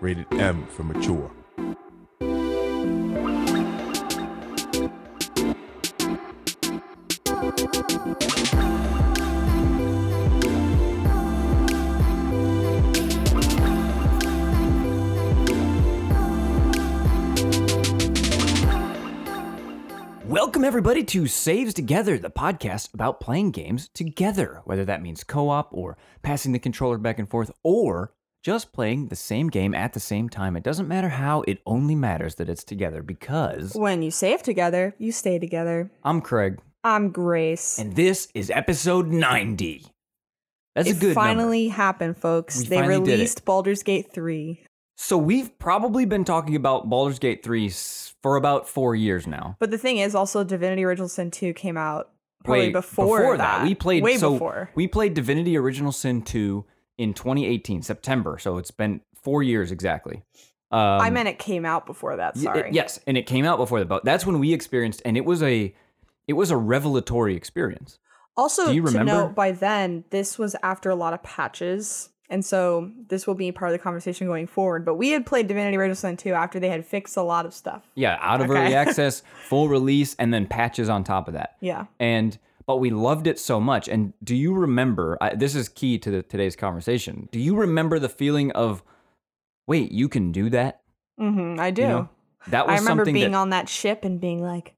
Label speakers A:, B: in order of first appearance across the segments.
A: Rated M for mature.
B: Welcome, everybody, to Saves Together, the podcast about playing games together, whether that means co op or passing the controller back and forth or just playing the same game at the same time. It doesn't matter how, it only matters that it's together because
C: When you save together, you stay together.
B: I'm Craig
C: I'm Grace.
B: and this is episode 90. That's
C: it
B: a good number.
C: finally happened, folks.
B: We
C: they
B: finally did it.
C: released Baldur's Gate 3.
B: So we've probably been talking about Baldur's Gate 3 s- for about 4 years now.
C: But the thing is, also Divinity Original Sin 2 came out probably
B: Wait,
C: before, that.
B: we played
C: way
B: so
C: before.
B: we played divinity original sin 2 in 2018 september so it's been four years exactly um,
C: I meant it came out before that.
B: y-
C: Sorry.
B: it- yes and it came out before the boat that's when we experienced and it was a it was a revelatory experience
C: Also,
B: Do you
C: to
B: remember?
C: note by then, this was after a lot of patches. And so this will be part of the conversation going forward. But we had played Divinity Original Sin 2 after they had fixed a lot of stuff.
B: yeah out of
C: Okay.
B: early access full release and then patches on top of that
C: Yeah.
B: and but we loved it so much and do you remember I, this is key to the, today's conversation do you remember the feeling of wait you can do that
C: hmm I do.
B: you know that was
C: I remember
B: something
C: being
B: that,
C: on that ship and being like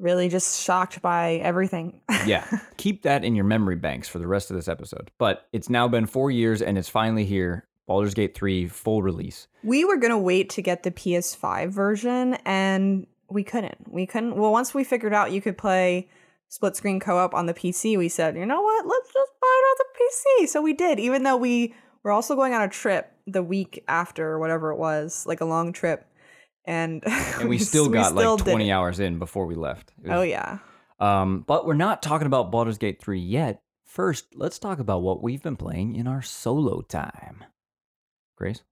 C: really just shocked by everything.
B: yeah. Keep that in your memory banks for the rest of this episode. But it's now been four years and it's finally here. Baldur's Gate 3 full release.
C: we were going to wait to get the PS5 version and we couldn't. We couldn't. Well, once we figured out you could play split screen co op on the PC, we said, you know what? Let's just buy it on the PC. So we did, even though we were also going on a trip the week after, or whatever it was, like a long trip. And,
B: And we still
C: we
B: got
C: still
B: like
C: did
B: 20
C: it.
B: hours in before we left. It was-
C: Oh, yeah.
B: Um, but we're not talking about Baldur's Gate 3 yet. First, let's talk about what we've been playing in our solo time. Grace?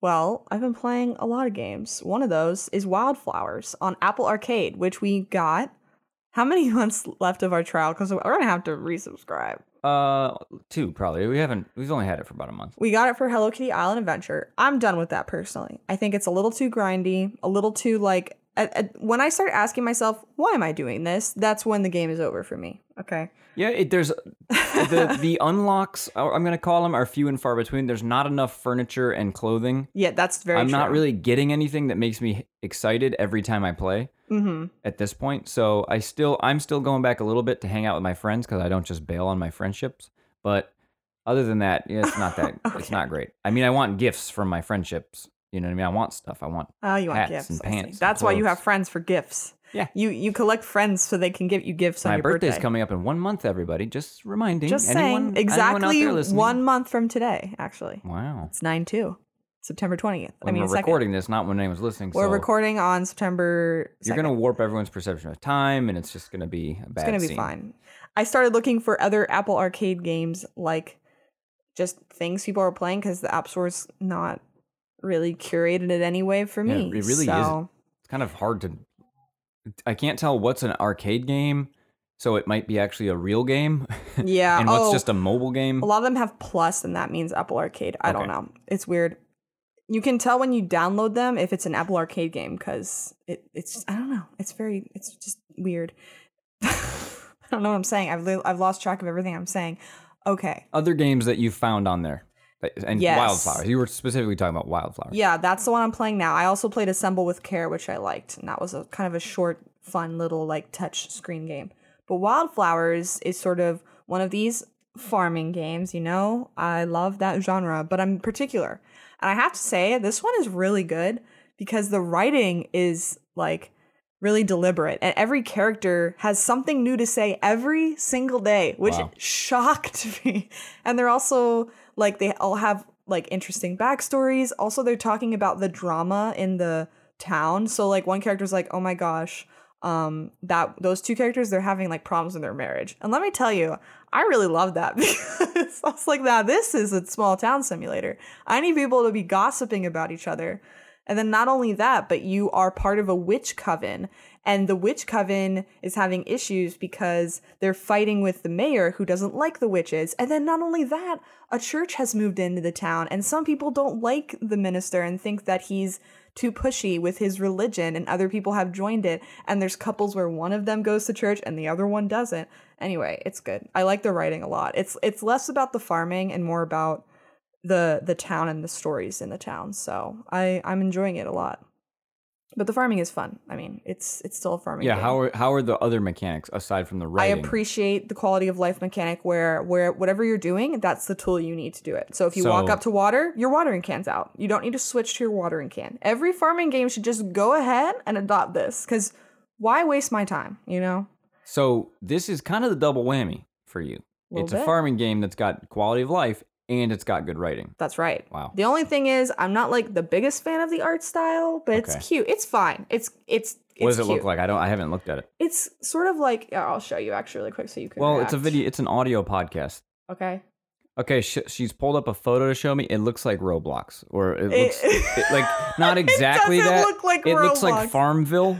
C: Well, I've been playing a lot of games. One of those is Wildflowers on Apple Arcade, which we got. How many months left of our trial? Because we're gonna have to resubscribe.
B: Uh, two probably. We haven't, we've only had it for about a month.
C: We got it for Hello Kitty Island Adventure. I'm done with that personally. I think it's a little too grindy, a little too like. I, I- when I start asking myself, why am I doing this? That's when the game is over for me. Okay.
B: Yeah, it, there's the, the unlocks, or I'm going to call them, are few and far between. There's not enough furniture and clothing
C: Yeah, that's very.
B: I'm not
C: true.
B: really getting anything that makes me excited every time I play
C: Mhm.
B: at this point. So I still I'm still going back a little bit to hang out with my friends because I don't just bail on my friendships. But other than that, yeah, it's not that it's
C: Okay.
B: not great. I mean, I want gifts from my friendships. You know what I mean? I want stuff. I want
C: Oh, you want
B: hats
C: gifts?
B: and
C: I see.
B: pants and
C: That's why you
B: clothes.
C: have friends for gifts.
B: Yeah.
C: You you collect friends so they can give you gifts on
B: my
C: your
B: birthday's
C: birthday.
B: coming up in one month. Everybody, just reminding.
C: Just
B: anyone,
C: saying,
B: anyone out
C: exactly
B: there listening-
C: one month from today, actually.
B: Wow.
C: It's 9 2, September 20th.
B: When
C: I mean,
B: we're
C: 2nd.
B: recording this, not when anyone's listening.
C: We're
B: so
C: recording on September 2nd.
B: You're gonna warp everyone's perception of time, and it's just gonna be a bad.
C: it's going to be
B: scene.
C: fine. I started looking for other Apple Arcade games, like just things people are playing, because the App Store's not really curated in any way for
B: Yeah,
C: me.
B: it really
C: so.
B: isn't. it's kind of hard to i can't tell what's an arcade game so it might be actually a real game
C: Yeah.
B: and what's
C: oh,
B: just a mobile game
C: A lot of them have plus, and that means Apple Arcade. I don't
B: Okay.
C: know. It's weird. You can tell when you download them if it's an Apple Arcade game because it, it's I don't know. It's very it's just weird. I don't know what I'm saying. I've li- I've lost track of everything I'm saying. Okay.
B: other games that you found on there That- and
C: Yes.
B: wildflowers you were specifically talking about wildflowers
C: Yeah, that's the one I'm playing now. I also played Assemble with Care, which I liked, and that was a kind of a short, fun little like touch screen game. But Wildflowers is sort of one of these farming games, you know? I love that genre, but I'm particular. And I have to say, this one is really good because the writing is like really deliberate and every character has something new to say every single day, which
B: Wow.
C: shocked me. And they're also like they all have like interesting backstories. Also, they're talking about the drama in the town. So like one character's like, "Oh my gosh, um that those two characters they're having like problems in their marriage." And let me tell you, I really love that because I was like, "Now this is a small town simulator. I need people to be gossiping about each other." And then not only that, but you are part of a witch coven. And the witch coven is having issues because they're fighting with the mayor who doesn't like the witches. And then not only that, a church has moved into the town and some people don't like the minister and think that he's too pushy with his religion and other people have joined it and there's couples where one of them goes to church and the other one doesn't. Anyway, it's good. I like the writing a lot. It's it's less about the farming and more about the the town and the stories in the town. So I I'm enjoying it a lot. But the farming is fun. I mean, it's it's still a farming.
B: Yeah,
C: game.
B: how are how are the other mechanics aside from the
C: I
B: writing?
C: appreciate the quality of life mechanic where where whatever you're doing, that's the tool you need to do it. So if you walk
B: So-
C: up to water, your watering can's out. You don't need to switch to your watering can. Every farming game should just go ahead and adopt this cuz why waste my time, you know?
B: so this is kind of the double whammy for you.
C: Little
B: it's a
C: bit.
B: farming game that's got quality of life and it's got good writing.
C: That's right.
B: Wow.
C: The only thing is I'm not like the biggest fan of the art style, but it's
B: Okay.
C: cute. It's fine. It's it's it's
B: what does it
C: cute.
B: look like? I don't. I haven't looked at it.
C: It's sort of like yeah, I'll show you actually really quick so you can
B: Well, it's a
C: react.
B: video. It's an audio podcast.
C: Okay.
B: Okay, sh- she's pulled up a photo to show me. It looks like Roblox, or it looks it, like not exactly
C: it doesn't
B: that.
C: look like
B: it looks like
C: Roblox.
B: Farmville.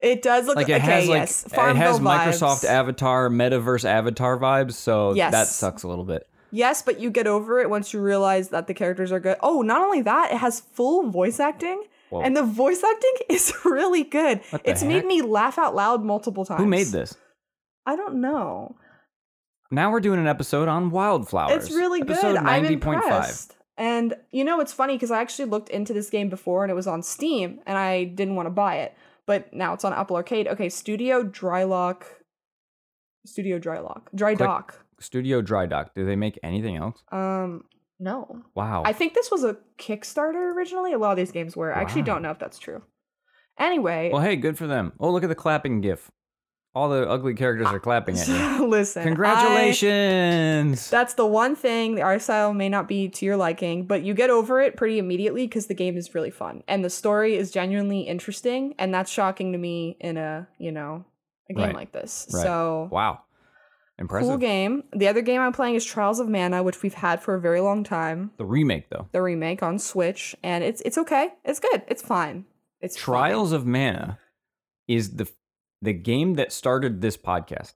C: It does look
B: Like it
C: okay,
B: has like
C: yes.
B: it has
C: Farmville vibes.
B: Microsoft Avatar, Metaverse Avatar vibes. So
C: Yes.
B: that sucks a little bit.
C: Yes, but you get over it once you realize that the characters are good. Oh, not only that, it has full voice acting,
B: Whoa.
C: and the voice acting is really good.
B: What the
C: It's
B: heck?
C: made me laugh out loud multiple times.
B: Who made this?
C: I don't know.
B: Now we're doing an episode on wildflowers.
C: It's really good.
B: Episode
C: I'm
B: 90.5.
C: impressed. And you know, it's funny because I actually looked into this game before, and it was on Steam, and I didn't want to buy it, but now it's on Apple Arcade. Okay, Studio Drylock. Studio Drylock. Dry
B: Click.
C: Dock.
B: Studio Dry Dock. Do they make anything else?
C: Um, no.
B: Wow.
C: I think this was a Kickstarter originally. A lot of these games were. I actually
B: Wow.
C: don't know if that's true. Anyway,
B: well, hey, good for them. Oh, look at the clapping gif. All the ugly characters are clapping at you.
C: listen. I-
B: Congratulations.
C: that's the one thing the art style may not be to your liking, but you get over it pretty immediately because the game is really fun and the story is genuinely interesting, and that's shocking to me in a you know a game
B: Right.
C: like this.
B: Right.
C: So
B: wow. Impressive.
C: cool game. The other game I'm playing is Trials of Mana, which we've had for a very long time.
B: The remake though.
C: The remake on Switch, and it's it's okay. It's good. It's fine. It's fine.
B: Trials of Mana is the the game that started this podcast.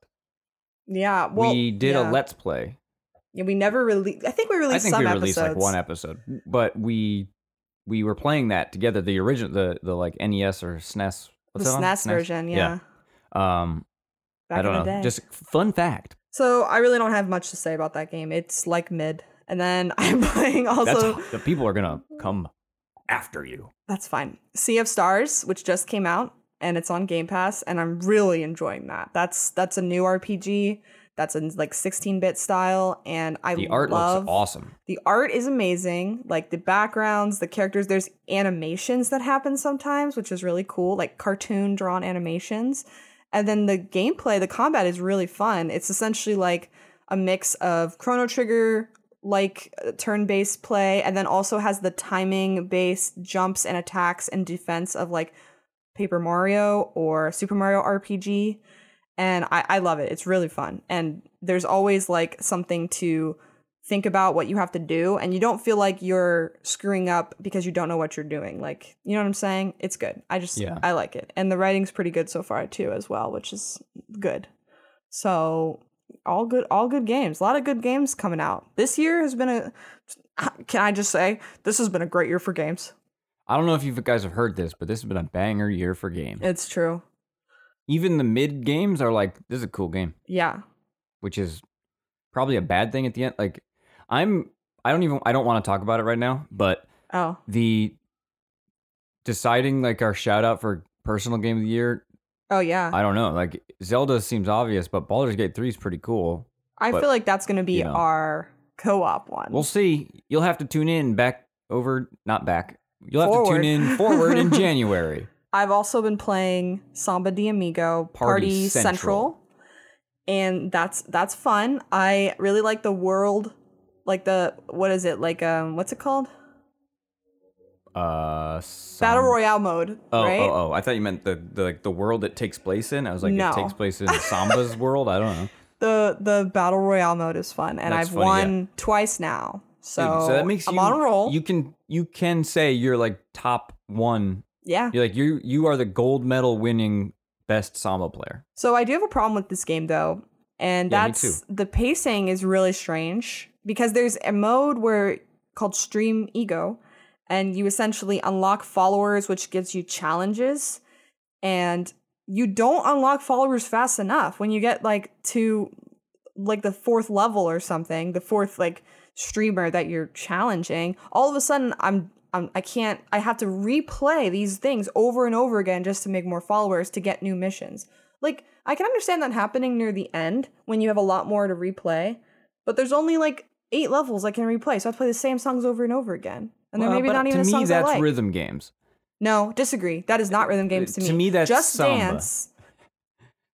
C: Yeah. Well,
B: we did
C: yeah.
B: a let's play.
C: Yeah, we never released. I think we released
B: I think
C: some
B: we released
C: episodes.
B: like one episode, but we we were playing that together. The original, the the like NES or SNES.
C: the
B: What's that on? E
C: SNES version, yeah.
B: Um,
C: Back
B: I don't
C: in the
B: know.
C: day.
B: Just fun fact.
C: so I really don't have much to say about that game. It's like mid, and then I'm playing also.
B: That's, the people are gonna come after you.
C: That's fine. Sea of Stars, which just came out, and it's on Game Pass, and I'm really enjoying that. That's that's a new RPG. That's in like 16-bit style, and I
B: The art
C: love
B: looks awesome.
C: The art is amazing. Like the backgrounds, the characters, there's animations that happen sometimes, which is really cool, like cartoon drawn animations. And then the gameplay, the combat is really fun. It's essentially like a mix of Chrono Trigger like turn based play, and then also has the timing based jumps and attacks and defense of like Paper Mario or Super Mario RPG. And I, I love it. It's really fun. And there's always like something to think about what you have to do and you don't feel like you're screwing up because you don't know what you're doing like you know what i'm saying it's good i just
B: Yeah.
C: i like it and the writing's pretty good so far too as well which is good so all good all good games a lot of good games coming out this year has been a can i just say this has been a great year for games
B: I don't know if you guys have heard this, but this has been a banger year for games.
C: it's true
B: Even the mid games are like, this is a cool game.
C: yeah
B: which is probably a bad thing at the end. Like I'm I don't even I don't want to talk about it right now, but
C: oh
B: the deciding like our shout out for personal game of the year,
C: oh yeah
B: I don't know. Like Zelda seems obvious, but Baldur's Gate 3 is pretty cool.
C: i,
B: but,
C: feel like that's gonna be
B: you know.
C: our co-op one
B: We'll see. You'll have to tune in back over not back. You'll have to
C: Forward.
B: tune in forward in January.
C: I've also been playing Samba de Amigo Party,
B: Party
C: Central.
B: Central.
C: and that's that's fun. I really like the world, like the what is it like? Um, what's it called?
B: Uh some-
C: Battle Royale mode,
B: Oh,
C: right?
B: oh, oh! I thought you meant the, the like the world it takes place in. I was like,
C: No.
B: it takes place in Samba's world. I don't know.
C: The the Battle Royale mode is fun, and
B: That's
C: I've
B: funny,
C: won twice now. So,
B: Dude, that makes
C: I'm
B: you,
C: on a roll.
B: You can you can say you're like top won.
C: Yeah.
B: You're like you you are the gold medal winning best samba player.
C: So I do have a problem with this game though, and
B: Yeah, me
C: that's the pacing is really strange because there's a mode where called Stream Ego, and you essentially unlock followers, which gives you challenges, and you don't unlock followers fast enough. When you get like to like the fourth level or something, the fourth like streamer that you're challenging, all of a sudden I'm I'm I can't I have to replay these things over and over again just to make more followers to get new missions. Like I can understand that happening near the end when you have a lot more to replay, but there's only like eight levels I can replay, so I have to play the same songs over and over again. And they're
B: Well,
C: maybe
B: but
C: not even
B: to
C: the
B: me
C: songs
B: that's
C: I like.
B: rhythm games.
C: no, disagree. That is not rhythm games to me.
B: to me, that's
C: just
B: samba.
C: dance.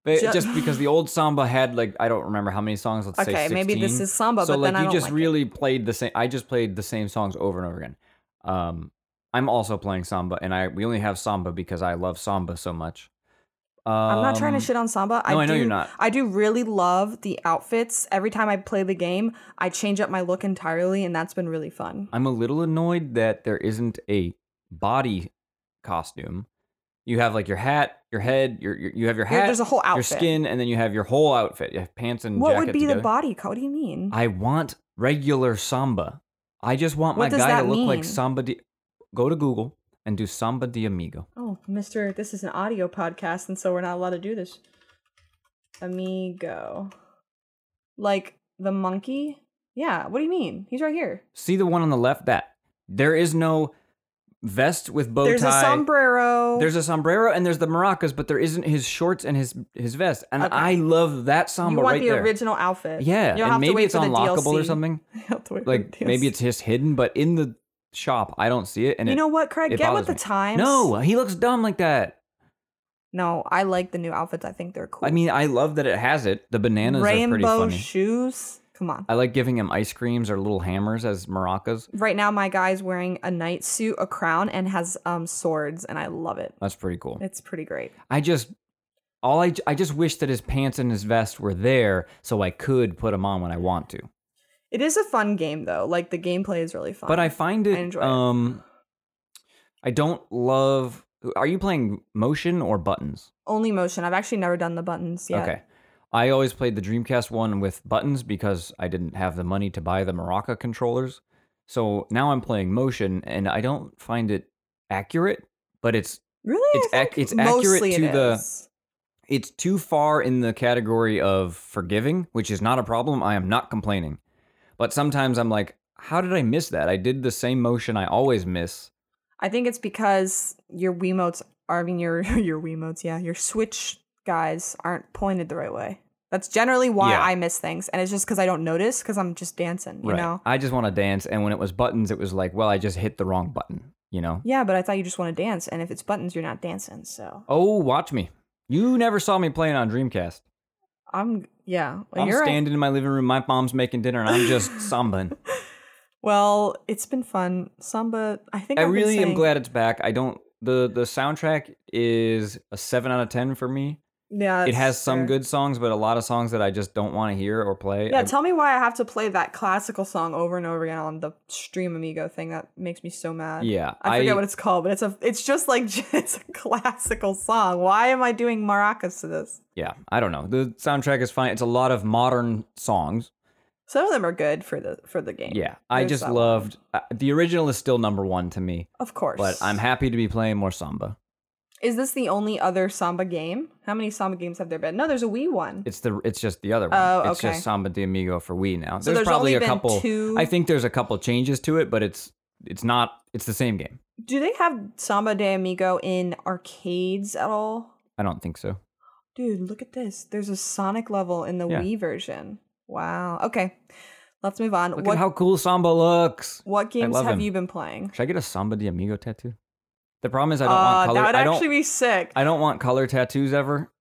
B: But
C: Ju-
B: just because the old samba had like I don't remember how many songs. Let's say
C: Okay,
B: 16.
C: maybe this is samba,
B: so
C: but
B: like
C: then I
B: you
C: don't
B: just
C: like it.
B: really played the same. I just played the same songs over and over again. Um, I'm also playing samba, and I we only have samba because I love samba so much. Um,
C: I'm not trying to shit on Samba.
B: no,
C: I
B: I know
C: do,
B: you're not.
C: I do really love the outfits. Every time I play the game, I change up my look entirely, and that's been really fun.
B: I'm a little annoyed that there isn't a body costume. You have like your hat, your head, your, your you have your
C: There-
B: hat,
C: There's a whole outfit.
B: your skin, and then you have your whole outfit. You have pants and
C: what
B: jacket
C: would be
B: together.
C: the body count? What do you mean?
B: I want regular samba. I just want
C: What
B: my
C: does
B: guy
C: that
B: to look
C: mean?
B: like samba. Di- Go to Google and do samba de amigo.
C: oh, Mister, this is an audio podcast, and so we're not allowed to do this. Amigo, like the monkey. Yeah. What do you mean? He's right here.
B: See the one on the left. That there is no vest with bow
C: There's
B: tie.
C: a sombrero.
B: There's a sombrero and there's the maracas, but there isn't his shorts and his his vest. And
C: Okay.
B: I love that samba
C: you want
B: right
C: the
B: there.
C: original outfit.
B: yeah,
C: You'll
B: and
C: have to
B: maybe
C: wait
B: it's
C: for the
B: unlockable or
C: DLC.
B: something.
C: You'll have to wait for
B: Like
C: the
B: maybe
C: DLC.
B: it's just hidden, but in the shop I don't see it. And
C: You
B: it,
C: know what, Craig?
B: it
C: Get with
B: bothers
C: the
B: me.
C: times.
B: no, he looks dumb like that.
C: No, I like the new outfits. I think they're cool.
B: I mean, I love that it has it. The bananas are pretty
C: rainbow
B: funny.
C: shoes. Come on.
B: I like giving him ice creams or little hammers as maracas.
C: Right now, my guy's wearing a night suit, a crown, and has um swords, and I love it.
B: That's pretty cool.
C: It's pretty great.
B: I just all I I just wish that his pants and his vest were there so I could put them on when I want to.
C: It is a fun game though. Like the gameplay is really fun.
B: But I find
C: I
B: it
C: enjoy it.
B: um I don't love Are you playing motion or buttons?
C: only motion. I've actually never done the buttons yet.
B: Okay. I always played the Dreamcast one with buttons because I didn't have the money to buy the Maraca controllers. So now I'm playing motion and I don't find it accurate, but it's
C: Really?
B: It's
C: I
B: ac-
C: think
B: it's accurate
C: mostly
B: to
C: it
B: the-
C: is.
B: it's too far in the category of forgiving, which is not a problem. I am not complaining. But sometimes I'm like, how did I miss that? I did the same motion I always miss.
C: I think it's because your Wiimotes are I mean your your Wiimotes, yeah. Your Switch guys aren't pointed the right way. That's generally why
B: Yeah.
C: I miss things. And it's just because I don't notice because I'm just dancing, you know?
B: I just want to dance. And when it was buttons, it was like, well, I just hit the wrong button, you know?
C: Yeah, but I thought you just want to dance, and if it's buttons, you're not dancing. So
B: Oh, watch me. You never saw me playing on Dreamcast.
C: I'm yeah. well,
B: I'm
C: you're right.
B: standing in my living room. My mom's making dinner and I'm just sambaing.
C: Well, it's been fun. Samba. I think
B: I
C: I've been
B: really am
C: saying-
B: glad it's back. I don't, the, the soundtrack is a 7 out of 10 for me.
C: Yeah,
B: it
C: it's
B: has some
C: fair.
B: good songs, but a lot of songs that I just don't want to hear or play.
C: Yeah,
B: I-
C: tell me why I have to play that classical song over and over again on the Stream Amigo thing. That makes me so mad.
B: yeah.
C: I forget what it's called, but it's a it's just like it's a classical song. Why am I doing maracas to this?
B: yeah, I don't know. The soundtrack is fine. It's a lot of modern songs.
C: Some of them are good for the for the game.
B: Yeah, I
C: There's
B: just
C: that one.
B: loved uh, the original is still number one to me,
C: Of course.
B: but I'm happy to be playing more samba.
C: Is this the only other samba game? How many samba games have there been? No, there's a Wii one.
B: It's the it's just the other one.
C: Oh,
B: It's
C: okay.
B: just Samba de Amigo for Wii now.
C: So
B: there's,
C: there's
B: probably
C: only
B: a
C: been
B: couple.
C: two-
B: I think there's a couple changes to it, but it's it's not it's the same game.
C: Do they have Samba de Amigo in arcades at all?
B: I don't think so.
C: Dude, look at this. There's a Sonic level in the
B: Yeah.
C: Wii version. Wow. Okay. Let's move on.
B: Look
C: what
B: at how cool Samba looks.
C: what games
B: love
C: have
B: him.
C: you been playing?
B: Should I get a Samba de Amigo tattoo? The problem is I don't
C: uh,
B: want color.
C: that would
B: I don't.
C: actually be sick.
B: I don't want color tattoos ever,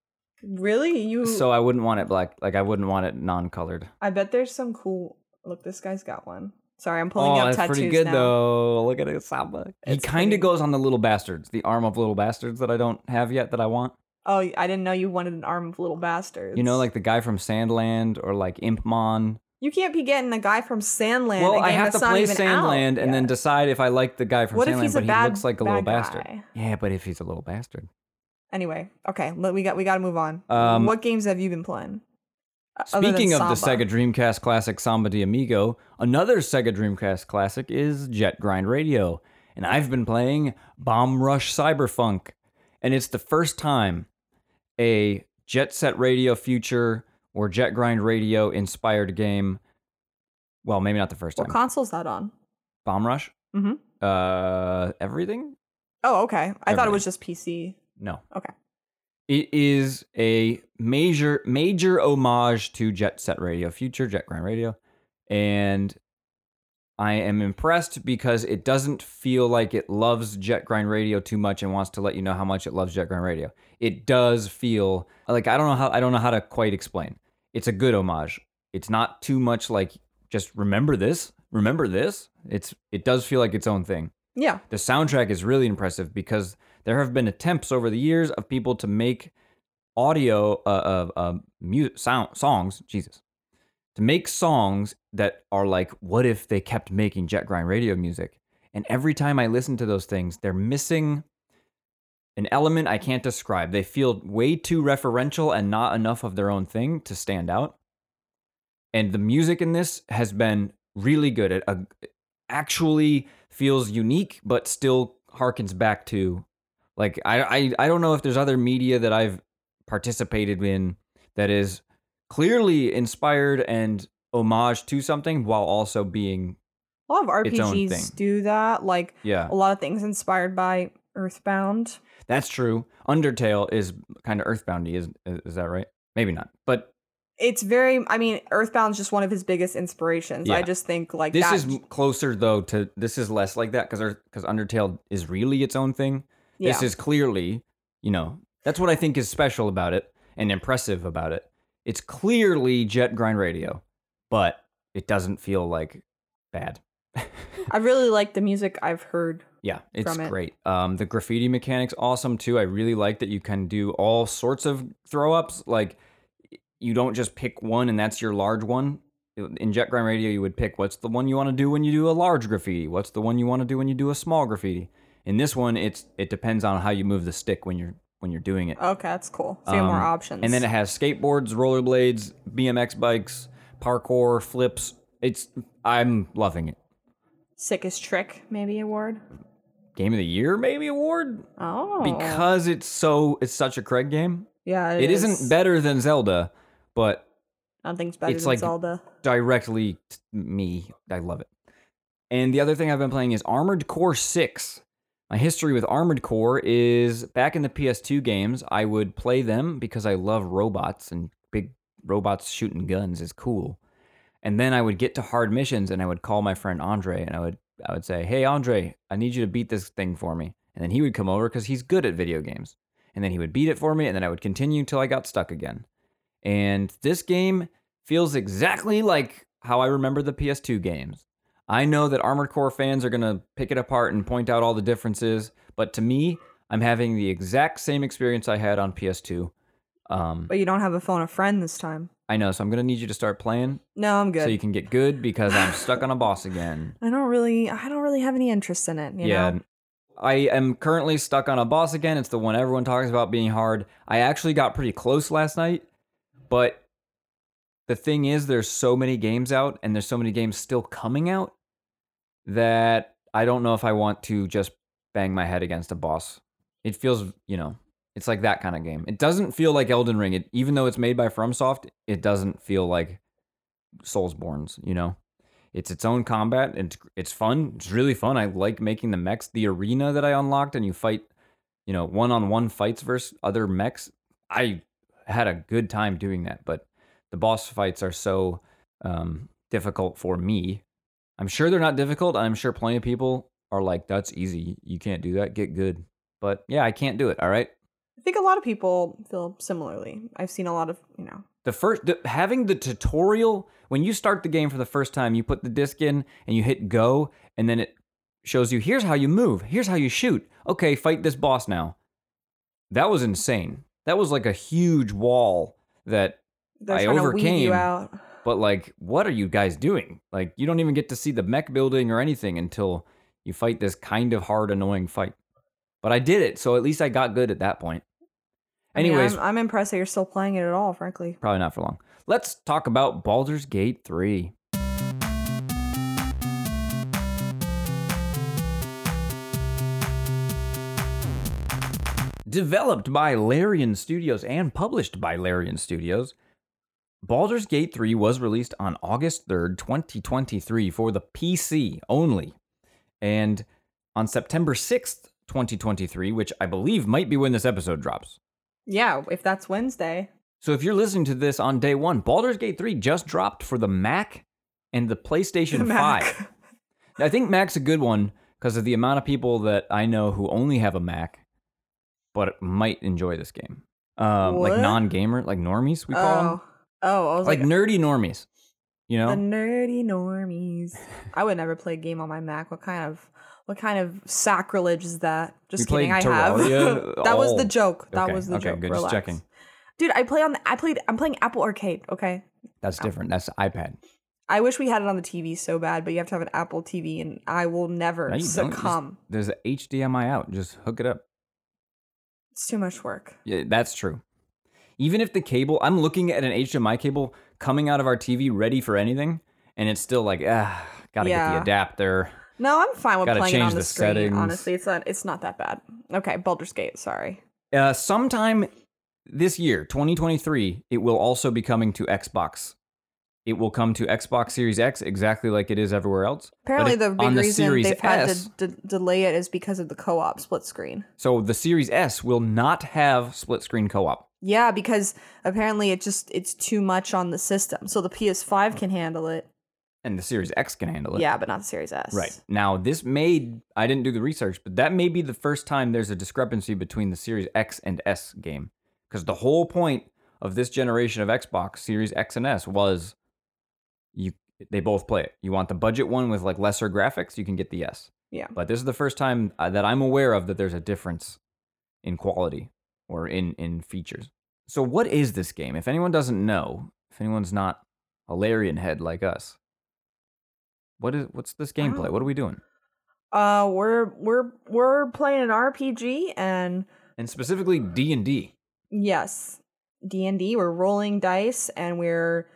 C: really? You
B: so I wouldn't want it black. Like I wouldn't want it non-colored.
C: I bet there's some cool. Look, this guy's got one. Sorry, I'm pulling
B: Oh,
C: up
B: that's
C: tattoos
B: pretty good
C: now.
B: though. Look at it, Samba. He
C: It's
B: kind
C: pretty-
B: of goes on the little bastards, the arm of little bastards that I don't have yet that I want.
C: Oh, I didn't know you wanted an arm of little bastards.
B: You know, like the guy from Sandland or like Impmon.
C: You can't be getting a guy from Sandland.
B: well,
C: a
B: I
C: game
B: have to
C: that's not
B: play
C: even out
B: Sandland and then
C: yet.
B: decide if I like the guy from
C: What if
B: Sandland,
C: he's a
B: but
C: bad
B: he looks like a little
C: bad
B: bastard.
C: guy?
B: Yeah, but if he's a little bastard.
C: Anyway, okay, let- we got we got to move on.
B: Um,
C: what games have you been playing? O- other than
B: Speaking of the
C: Samba.
B: Sega Dreamcast classic Samba de Amigo, another Sega Dreamcast classic is Jet Grind Radio. And I've been playing Bomb Rush Cyberfunk. And it's the first time a Jet Set Radio Future or Jet Grind Radio inspired game. Well, maybe not the first
C: what
B: time.
C: console's that on?
B: Bomb Rush?
C: Mhm.
B: Uh, everything?
C: Oh, okay. I thought it was just PC.
B: No.
C: Okay.
B: It is a major major homage to Jet Set Radio Future, Jet Grind Radio, and I am impressed because it doesn't feel like it loves Jet Grind Radio too much and wants to let you know how much it loves Jet Grind Radio. It does feel like I don't know how I don't know how to quite explain. It's a good homage. It's not too much like just remember this, remember this. It's it does feel like its own thing.
C: Yeah.
B: The soundtrack is really impressive because there have been attempts over the years of people to make audio uh, uh, uh, mu- sound, songs, Jesus, to make songs that are like, what if they kept making jet grind radio music? And every time I listen to those things, they're missing an element I can't describe. They feel way too referential and not enough of their own thing to stand out. And the music in this has been really good. It uh, actually feels unique, but still harkens back to like I, I I don't know if there's other media that I've participated in that is clearly inspired and homage to something while also being
C: A lot of
B: Its own
C: RPGs
B: thing.
C: do that. Like
B: yeah
C: a lot of things inspired by Earthbound.
B: that's true undertale is kind of earthboundy is is that right maybe not but
C: It's very. I mean, Earthbound's just one of his biggest inspirations. I
B: Yeah.
C: just think like
B: this
C: that.
B: is m- closer though to this is less like that because because undertale is really its own thing
C: yeah.
B: This is clearly, you know, that's what I think is special about it and impressive about it. It's clearly jet grind radio, but it doesn't feel like bad.
C: I really like the music I've heard.
B: Yeah, it's
C: From it.
B: great. Um, the graffiti mechanics awesome too. I really like that you can do all sorts of throw ups. Like you don't just pick one and that's your large one. In Jet Grind Radio, you would pick what's the one you want to do when you do a large graffiti. What's the one you want to do when you do a small graffiti. In this one, it's it depends on how you move the stick when you're when you're doing it.
C: Okay, that's cool. So you have more
B: Um,
C: options.
B: And then it has skateboards, rollerblades, BMX bikes, parkour, flips. It's I'm loving it.
C: sickest trick maybe award.
B: Game of the year maybe award
C: Oh,
B: because it's so it's such a Craig game.
C: yeah,
B: It isn't better than Zelda, but
C: Nothing's better
B: it's
C: than
B: like-
C: Zelda.
B: directly t- me, I love it. And the other thing I've been playing is Armored Core 6. My history with Armored Core is back in the PS2 games, I would play them because I love robots and big robots shooting guns is cool. And then I would get to hard missions and I would call my friend Andre and I would I would say, "Hey Andre, I need you to beat this thing for me." And then he would come over cuz he's good at video games. And then he would beat it for me and then I would continue till I got stuck again. And this game feels exactly like how I remember the PS2 games. I know that Armored Core fans are going to pick it apart and point out all the differences, but to me, I'm having the exact same experience I had on PS2. Um,
C: But you don't have a phone a friend this time.
B: I know, so I'm going to need you to start playing
C: No, I'm good.
B: so you can get good because I'm stuck on a boss again.
C: I don't really, I don't really have any interest in it. You
B: yeah.
C: know?
B: I am currently stuck on a boss again. It's the one everyone talks about being hard. I actually got pretty close last night, but the thing is, there's so many games out and there's so many games still coming out that I don't know if I want to just bang my head against a boss. It feels, you know, it's like that kind of game. It doesn't feel like Elden Ring. It, even though it's made by FromSoft, it doesn't feel like Soulsborne's, you know? It's its own combat. and It's it's fun. It's really fun. I like making the mechs. The arena that I unlocked and you fight, you know, one on one fights versus other mechs. I had a good time doing that, but the boss fights are so um, difficult for me. I'm sure they're not difficult. I'm sure plenty of people are like, "That's easy. You can't do that. Get good." But yeah, I can't do it. All right.
C: I think a lot of people feel similarly. I've seen a lot of, you know,
B: The first the, having the tutorial when you start the game for the first time, you put the disc in and you hit go, and then it shows you here's how you move, here's how you shoot. Okay, fight this boss now. That was insane. That was like a huge wall that
C: they're
B: I
C: trying to weed
B: overcame
C: you out.
B: But like, what are you guys doing? Like, you don't even get to see the mech building or anything until you fight this kind of hard, annoying fight. But I did it, so at least I got good at that point.
C: I mean,
B: Anyways,
C: I'm, I'm impressed that you're still playing it at all, frankly.
B: probably not for long. Let's talk about Baldur's Gate 3. Developed by Larian Studios and published by Larian Studios, Baldur's Gate 3 was released on August 3rd, 2023 for the PC only. And on September 6th, 2023, which I believe might be when this episode drops.
C: Yeah, if that's Wednesday.
B: So if you're listening to this on day one, Baldur's Gate 3 just dropped for the Mac and the PlayStation 5.
C: Mac.
B: I think Mac's a good one because of the amount of people that I know who only have a Mac but might enjoy this game. Um, like
C: What?
B: non gamer, like normies, we call them.
C: Oh, oh, I was
B: Like,
C: like,
B: nerdy normies. You know?
C: the nerdy normies. I would never play a game on my Mac. What kind of what kind of sacrilege is that? Just
B: You
C: kidding. I
B: played
C: have.
B: Terraria?
C: that was the
B: Oh.
C: joke. That
B: Okay,
C: was the
B: okay,
C: joke.
B: good, just
C: Relax.
B: checking.
C: Dude, I play on. The, I played. I'm playing Apple Arcade. Okay. oh.
B: That's different. That's iPad.
C: I wish we had it on the TV so bad, but you have to have an Apple TV, and I will never
B: No, you don't. You just-
C: succumb.
B: There's a HDMI out. Just hook it up.
C: It's too much work.
B: Yeah, that's true. Even if the cable, I'm looking at an HDMI cable coming out of our TV ready for anything, and it's still like, ah, gotta
C: Yeah.
B: get the adapter.
C: No, I'm fine with
B: Gotta
C: playing it
B: change
C: on the,
B: the
C: screen.
B: settings.
C: Honestly, it's not. It's not that bad. Okay, Baldur's Gate. Sorry.
B: Uh, sometime this year, 2023, it will also be coming to Xbox. It will come to Xbox Series X exactly like it is everywhere else. But
C: Apparently,
B: it-
C: the
B: on
C: big reason
B: Series
C: they've had
B: S,
C: to d- delay it is because of the co-op split screen.
B: so the Series S will not have split screen co-op.
C: Yeah, because apparently it just it's too much on the system. So the
B: Mm-hmm.
C: PS5 can handle it.
B: And the Series X can handle it.
C: Yeah, but not the Series S.
B: Right. Now, this may, I didn't do the research, but that may be the first time there's a discrepancy between the Series X and S game. Because the whole point of this generation of Xbox, Series X and S, was you they both play it. You want the budget one with like lesser graphics, you can get the S.
C: Yeah.
B: But this is the first time uh, that I'm aware of that there's a difference in quality or in in features. So what is this game? If anyone doesn't know, if anyone's not a Larian head like us, what is what's this gameplay?
C: don't-
B: What are we doing?
C: Uh, we're we're we're playing an RPG, and
B: And specifically D and D.
C: yes, D and D. We're rolling dice, and we're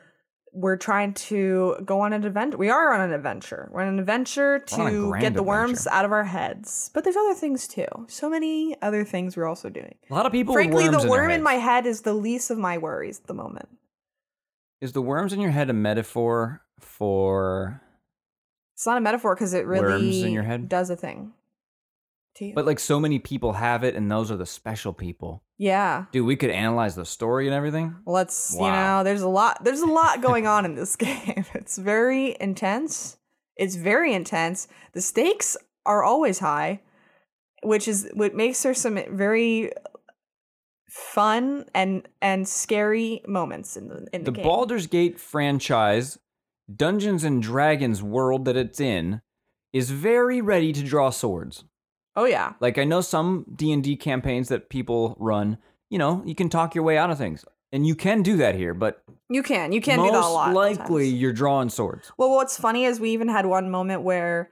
C: we're trying to go on an adventure. We are on an adventure. We're on an adventure
B: We're on a
C: to
B: grand
C: get the worms
B: adventure.
C: out of our heads. But there's other things too. So many other things we're also doing.
B: A lot of people. with
C: Frankly,
B: worms
C: the
B: in their
C: worm in
B: heads.
C: my head is the least of my worries at the moment.
B: is the worms in your head a metaphor for
C: It's not a metaphor because it really
B: Worms in your head?
C: does a thing to you.
B: But like so many people have it, and those are the special people.
C: yeah,
B: Dude, we could analyze the story and everything.
C: let's you
B: Wow.
C: know, there's a lot, there's a lot going on in this game. It's very intense. It's very intense. The stakes are always high, which is what makes there some very fun and and scary moments in the in the,
B: The
C: game.
B: Baldur's Gate franchise, Dungeons and Dragons world that it's in, is very ready to draw swords.
C: oh yeah,
B: Like I know some D and D campaigns that people run. You know, you can talk your way out of things, and you can do that here. But
C: you can you can
B: most
C: do that a lot.
B: likely,
C: sometimes.
B: you're drawing swords.
C: Well, what's funny is we even had one moment where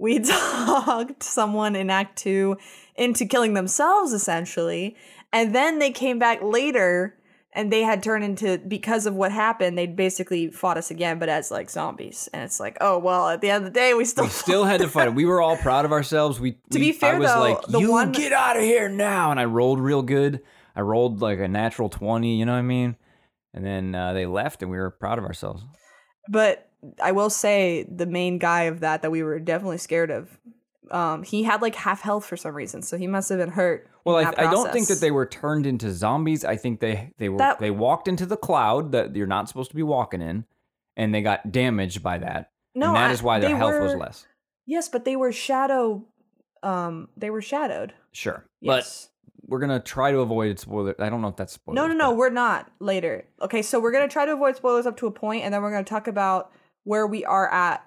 C: we talked someone in Act Two into killing themselves, essentially. And then they came back later and they had turned into, because of what happened, they'd basically fought us again, but as like zombies. And it's like, oh, well, at the end of the day, we still.
B: We still had to fight it. We were all proud of ourselves. We
C: To
B: we-
C: be fair,
B: I was
C: though,
B: like,
C: the
B: "You
C: one-
B: get out of here now!" And I rolled real good. I rolled like a natural twenty. You know what I mean? And then uh, they left, and we were proud of ourselves.
C: But I will say the main guy of that that we were definitely scared of. Um, he had like half health for some reason, so he must have been hurt.
B: Well,
C: in
B: I,
C: that
B: I don't think that
C: process.
B: they were turned into zombies. I think they they were
C: That-
B: they walked into the cloud that you're not supposed to be walking in, and they got damaged by that.
C: No,
B: and that is
C: I-
B: why their
C: they
B: health was
C: were-
B: less.
C: Yes, but they were shadow. Um, they were shadowed.
B: Sure,
C: Yes.
B: but we're gonna try to avoid spoiler. I don't know if that's spoiler.
C: no, no, no. We're not later. Okay, so we're gonna try to avoid spoilers up to a point, and then we're gonna talk about where we are at.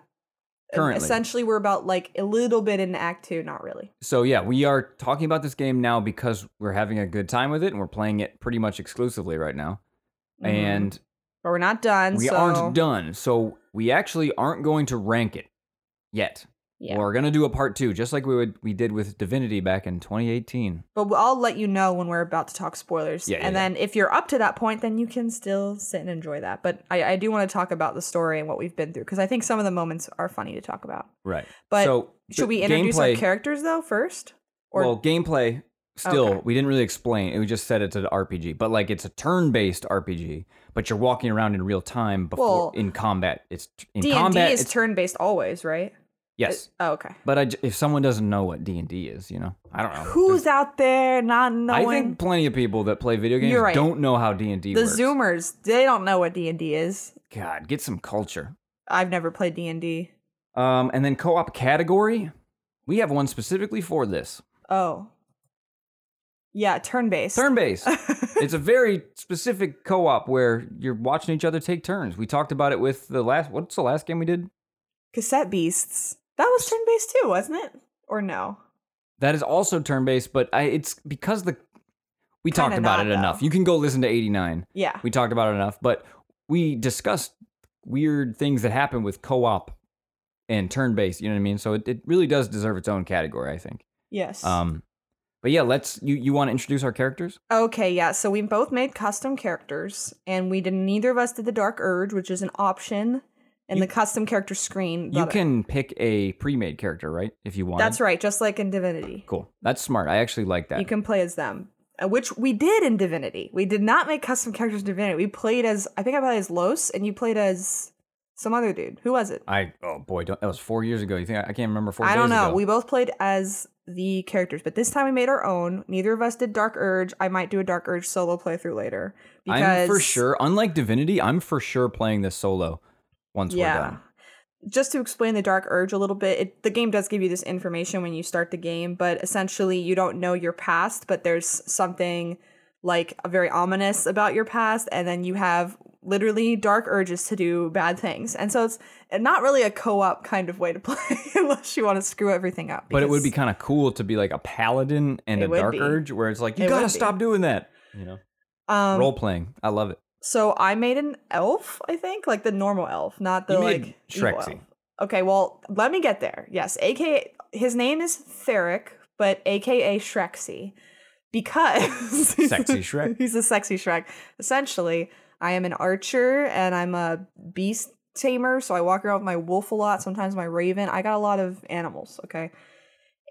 B: Currently.
C: essentially, we're about like a little bit in Act Two. Not really.
B: So yeah, we are talking about this game now because we're having a good time with it, and we're playing it pretty much exclusively right now.
C: Mhm.
B: And
C: But we're not done.
B: we
C: so
B: aren't done. So we actually aren't going to rank it yet.
C: Yeah.
B: We're gonna do a part two, just like we would we did with Divinity back in 2018.
C: But we- I'll let you know when we're about to talk spoilers.
B: Yeah, yeah,
C: and
B: yeah.
C: then if you're up to that point, then you can still sit and enjoy that. But I, I do want to talk about the story and what we've been through because I think some of the moments are funny to talk about.
B: Right.
C: But
B: so
C: Should we
B: the
C: introduce
B: gameplay,
C: our characters though first?
B: well, gameplay. Still,
C: Okay.
B: we didn't really explain. It We just said it's an RPG, but like it's a turn-based RPG. But you're walking around in real time before
C: Well,
B: in combat. It's in
C: D and D
B: combat.
C: is
B: it's,
C: turn based always, right?
B: yes,
C: Oh, okay.
B: but I j if someone doesn't know what D and D is, you know, I don't know.
C: Who's out there not
B: I
C: knowing?
B: think plenty of people that play video games
C: You're right.
B: don't know how D and D
C: the
B: works.
C: Zoomers they don't know what D and D is.
B: God, get some culture.
C: I've never played D and D.
B: Um, and then co-op category. We have one specifically for this
C: Oh, yeah, turn based.
B: turn-based. it's a very specific co-op where you're watching each other take turns. We talked about it with the last. What's the last game we did?
C: Cassette beasts. That was turn based too, wasn't it? Or no?
B: That is also turn-based, but I, it's because the we
C: Kinda
B: talked about
C: not,
B: it
C: though.
B: enough. You can go listen to 89.
C: Yeah.
B: We talked about it enough, but we discussed weird things that happen with co-op and turn-based. You know what I mean? So it, it really does deserve its own category, I think.
C: Yes.
B: Um, but yeah, let's. You you want to introduce our characters?
C: Okay, yeah. So we both made custom characters, and we did neither of us did the Dark Urge, which is an option in
B: You-
C: the custom character screen.
B: You
C: that-
B: can pick a pre-made character, right? If you want.
C: That's right, just like in Divinity.
B: Cool. That's smart. I actually like that.
C: You can play as them, uh, which we did in Divinity. We did not make custom characters in Divinity. We played as I think I played as Los, and you played as some other dude. Who was it?
B: I oh boy, don't, that was four years ago. You think I, I can't remember four?
C: I don't
B: days
C: know.
B: Ago.
C: We both played as the characters, but this time we made our own. Neither of us did Dark Urge. I might do a Dark Urge solo playthrough later because
B: I'm for sure. Unlike Divinity, I'm for sure playing this solo. Once we're done.
C: Just to explain the Dark Urge a little bit, it, the game does give you this information when you start the game, but essentially you don't know your past, but there's something like very ominous about your past, and then you have literally dark urges to do bad things. And so it's not really a co op kind of way to play unless you want to screw everything up.
B: But it would be
C: because-
B: kind of cool to be like a paladin and
C: It
B: a
C: would
B: dark
C: be.
B: urge, where it's like you
C: It
B: gotta
C: would be.
B: stop doing that. You know,
C: um,
B: role playing. I love it.
C: So I made an elf, I think, like the normal elf, not the
B: You
C: like
B: made
C: evil
B: Shrexy.
C: elf. Okay, well, let me get there. Yes, aka his name is Theric, but aka Shrexy, because
B: Sexy Shrek.
C: he's a sexy Shrek. Essentially, I am an archer and I'm a beast tamer, so I walk around with my wolf a lot. Sometimes my raven. I got a lot of animals. Okay,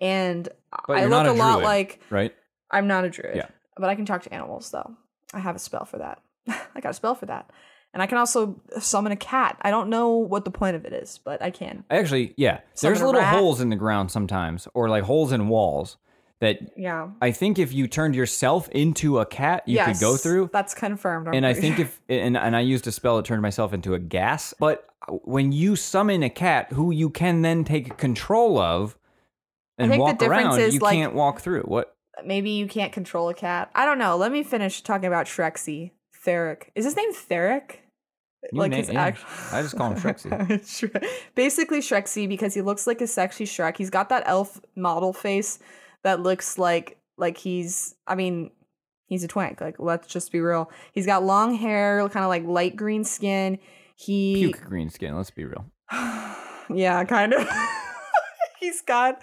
C: and
B: But
C: I
B: you're
C: look
B: not
C: a,
B: a
C: lot
B: druid.
C: like
B: Right?
C: I'm not a druid.
B: Yeah.
C: But I can talk to animals though. I have a spell for that. I got a spell for that. And I can also summon a cat. I don't know what the point of it is, but I can.
B: Actually, yeah.
C: Summon
B: There's
C: a
B: little
C: rat.
B: holes in the ground sometimes, or like holes in walls that
C: Yeah.
B: I think if you turned yourself into a cat, you could go
C: Yes,
B: through.
C: That's confirmed. I'm
B: and I
C: pretty
B: think
C: sure.
B: if and, and I used a spell that turned myself into a gas. But uh, when you summon a cat who you can then take control of and
C: think the
B: walk
C: difference
B: around,
C: is,
B: you
C: like-
B: can't walk through. What?
C: maybe you can't control a cat. I don't know. Let me finish talking about Shrexy. Theric. Is his name Theric?
B: You na- yeah. I just call him Shrexy.
C: Shre- Basically Shrexy because he looks like a sexy Shrek. He's got that elf model face that looks like like he's I mean he's a twank. Like let's just be real. He's got long hair, kind of like light green skin. He
B: Puke green skin. Let's be real.
C: yeah, kind of. he's got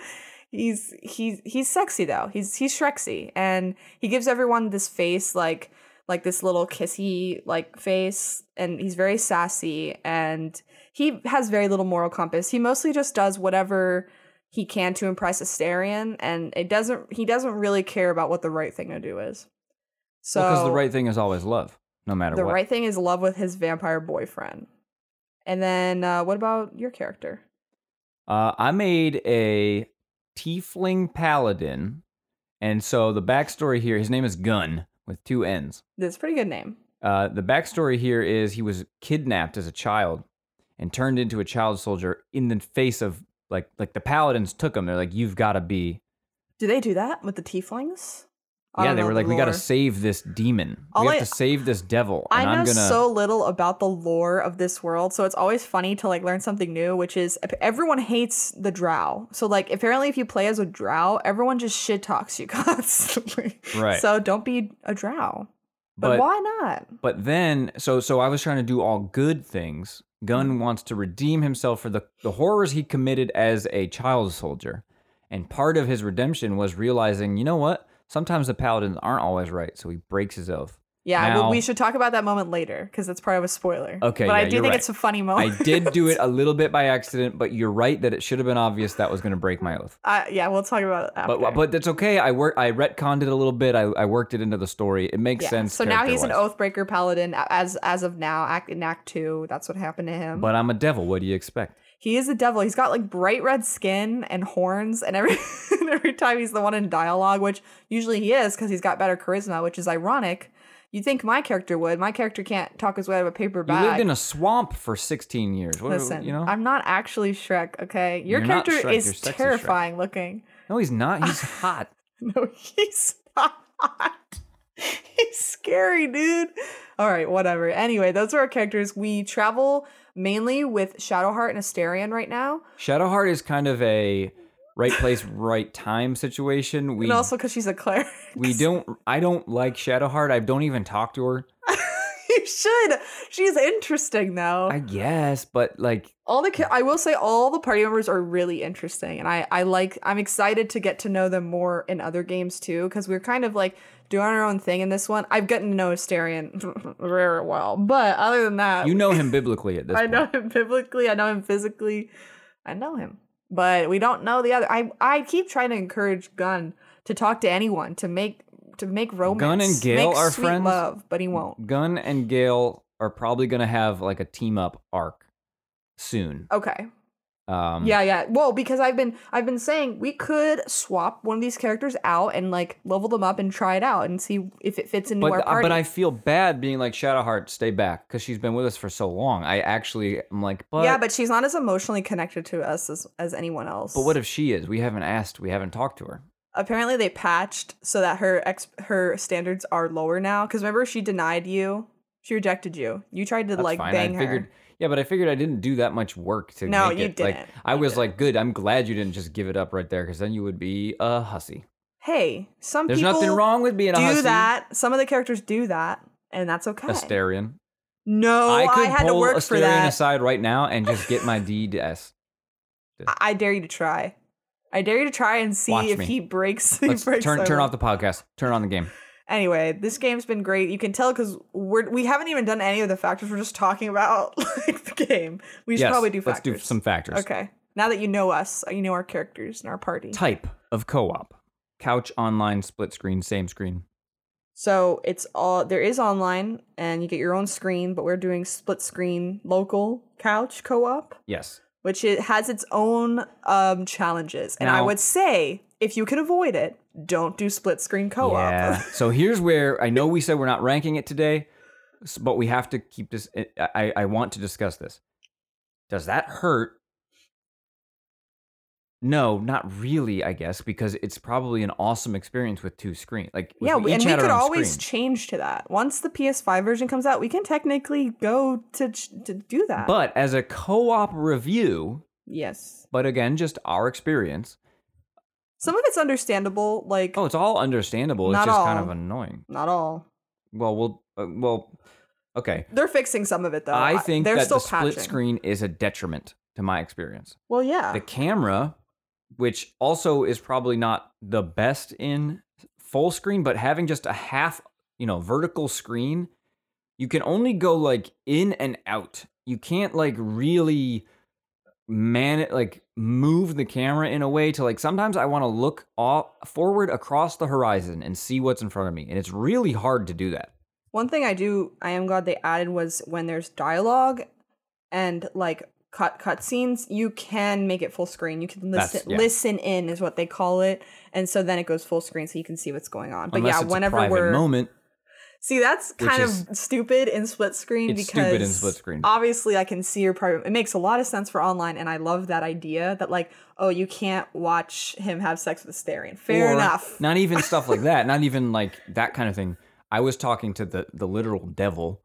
C: he's he's he's sexy though. He's he's Shrexy and he gives everyone this face like like this little kissy like face and he's very sassy and he has very little moral compass. He mostly just does whatever he can to impress Asterion and it doesn't he doesn't really care about what the right thing to do is. So
B: Because the right thing is always love, no matter
C: the
B: what.
C: right thing is love with his vampire boyfriend. And then uh, what about your character?
B: Uh, I made a tiefling paladin, and so the backstory here. His name is Gun with two N's.
C: That's a pretty good name.
B: Uh, the backstory here is he was kidnapped as a child and turned into a child soldier in the face of like like the paladins took him. They're like, you've got to be.
C: Do they do that with the tieflings? I
B: Yeah,
C: don't
B: they
C: know
B: were
C: the
B: like, we got to
C: lore.
B: save this demon.
C: All
B: we
C: I-
B: have to save this devil.
C: I
B: and
C: know
B: I'm gonna.
C: so little about the lore of this world, so it's always funny to like learn something new. Which is everyone hates the Drow, so like apparently if you play as a Drow, everyone just shit talks you constantly.
B: Right.
C: So don't be a Drow. But, why not?
B: But then, so so I was trying to do all good things.
C: Mm-hmm.
B: Gunn wants to redeem himself for the, the horrors he committed as a child soldier. And part of his redemption was realizing, you know what? Sometimes the paladins aren't always right, so he breaks his oath.
C: Yeah, well,
B: Now-
C: we should talk about that moment later because that's part of a spoiler.
B: Okay,
C: but I
B: yeah,
C: do
B: you're
C: think
B: right.
C: it's a funny
B: I
C: moment.
B: did do it a little bit by accident, but you're right that it should have been obvious that was going to break my oath.
C: uh, yeah, we'll talk about it after.
B: But but that's okay. I work. I retconned it a little bit. I, I worked it into the story. It makes
C: yeah.
B: sense.
C: So now he's an
B: character-wise.
C: oathbreaker paladin a- as as of now, act in Act Two. That's what happened to him.
B: But I'm a devil. What do you expect?
C: he is the devil. He's got like bright red skin and horns, and every and every time he's the one in dialogue, which usually he is because he's got better charisma, which is ironic. You'd think my character would. My character can't talk his way out of a paper
B: You
C: bag.
B: lived in a swamp for 16 years. What,
C: Listen,
B: you know?
C: I'm not actually Shrek. Okay, your
B: You're not
C: character
B: Shrek, you're
C: is
B: sexy Shrek.
C: terrifying looking.
B: no, he's not. He's hot.
C: No, he's not. he's scary, dude. All right, whatever. Anyway, those are our characters. We travel mainly with Shadowheart and Asterion right now,
B: Shadowheart is kind of a right place, right time situation. We
C: and also because she's a cleric.
B: we don't. I don't like Shadowheart. I don't even talk to her.
C: you should. She's interesting though.
B: I guess, but like
C: all the ca- I will say all the party members are really interesting, and I I like I'm excited to get to know them more in other games too because we're kind of like doing our own thing in this one. I've gotten to know Asterion very well, but other than that,
B: you know him biblically at this
C: I
B: point.
C: know him biblically, I know him physically, I know him, but we don't know the other. I I keep trying to encourage Gunn to talk to anyone to make to make romance.
B: and Gale
C: make
B: are
C: sweet
B: friends?
C: love, but he won't.
B: Gunn and Gale are probably going to have like a team up arc soon.
C: Okay,
B: Um,
C: Yeah, yeah. Well, because I've been I've been saying we could swap one of these characters out and like level them up and try it out and see if it fits into
B: But,
C: our
B: uh,
C: party.
B: but I feel bad being like Shadowheart, stay back because she's been with us for so long. I actually am like, but,
C: yeah, but she's not as emotionally connected to us as, as anyone else.
B: but what if she is? We haven't asked. We haven't talked to her.
C: apparently they patched so that her ex her standards are lower now? Because remember she denied you, she rejected you. You tried to
B: That's
C: like
B: fine.
C: bang
B: I figured,
C: her.
B: Yeah, but I figured I didn't do that much work to
C: No,
B: make
C: you
B: it. Like,
C: didn't.
B: I
C: You
B: was
C: didn't.
B: like, good. I'm glad you didn't just give it up right there because then you would be a hussy.
C: Hey, some
B: There's
C: people
B: nothing wrong with being a
C: do
B: hussy.
C: that. Some of the characters do that, and that's okay.
B: Asterion.
C: No, Oh, I,
B: I could
C: had to
B: pull
C: work
B: Asterion
C: for that.
B: aside right now and just get my DDS.
C: I I dare you to try. I dare you to try and see
B: Watch
C: if
B: me.
C: he breaks. He
B: Let's
C: breaks
B: turn
C: our
B: turn
C: luck.
B: off the podcast. Turn on the game.
C: Anyway, this game's been great. You can tell because we're we haven't even done any of the factors. We're just talking about like the game. We should
B: yes,
C: probably do
B: let's
C: factors.
B: do some factors.
C: Okay, now that you know us, uh, you know our characters and our party.
B: Type of co-op: couch, online, split screen, same screen.
C: So it's all there is online, and you get your own screen. But we're doing split screen, local couch co-op.
B: Yes.
C: which it has its own um, challenges. And I
B: Now-
C: would say if you can avoid it, don't do split screen co-op.
B: Yeah. so here's where I know we said we're not ranking it today, s- but we have to keep this. I- I I want to discuss this. Does that hurt? No, not really. I guess because it's probably an awesome experience with two screens. Like if
C: Yeah,
B: we
C: we- and
B: each
C: we
B: had our
C: could
B: own
C: always
B: screen.
C: change to that. Once the PS5 version comes out, we can technically go to ch- to do that.
B: But as a co-op review,
C: yes,
B: but again, just our experience.
C: some of it's understandable. Like
B: Oh, it's all understandable.
C: Not
B: it's just
C: all.
B: kind of annoying.
C: not all.
B: Well, we'll, uh, well, okay.
C: They're fixing some of it though.
B: I think
C: uh, they're
B: that
C: still
B: the split
C: patching.
B: screen is a detriment to my experience.
C: Well, yeah.
B: The camera, which also is probably not the best in full screen, but having just a half, you know, vertical screen, you can only go like in and out. You can't like really man it like move the camera in a way to like sometimes I want to look off forward across the horizon and see what's in front of me. And it's really hard to do that.
C: One thing I do, I am glad they added was when there's dialogue and like cut cutscenes, you can make it full screen. You can listen
B: That's- yeah.
C: listen in is what they call it, and so then it goes full screen, so you can see what's going on. But
B: Unless
C: yeah,
B: it's a
C: whenever
B: private
C: we're
B: moment,
C: see, that's
B: which
C: kind
B: is-
C: of stupid in split screen
B: It's
C: because
B: stupid in split screen.
C: Obviously, I can see your private. It makes a lot of sense for online, and I love that idea that like, oh, you can't watch him have sex with Asterion. Fair
B: Or
C: enough.
B: Not even stuff like that. Not even like that kind of thing. I was talking to the the literal devil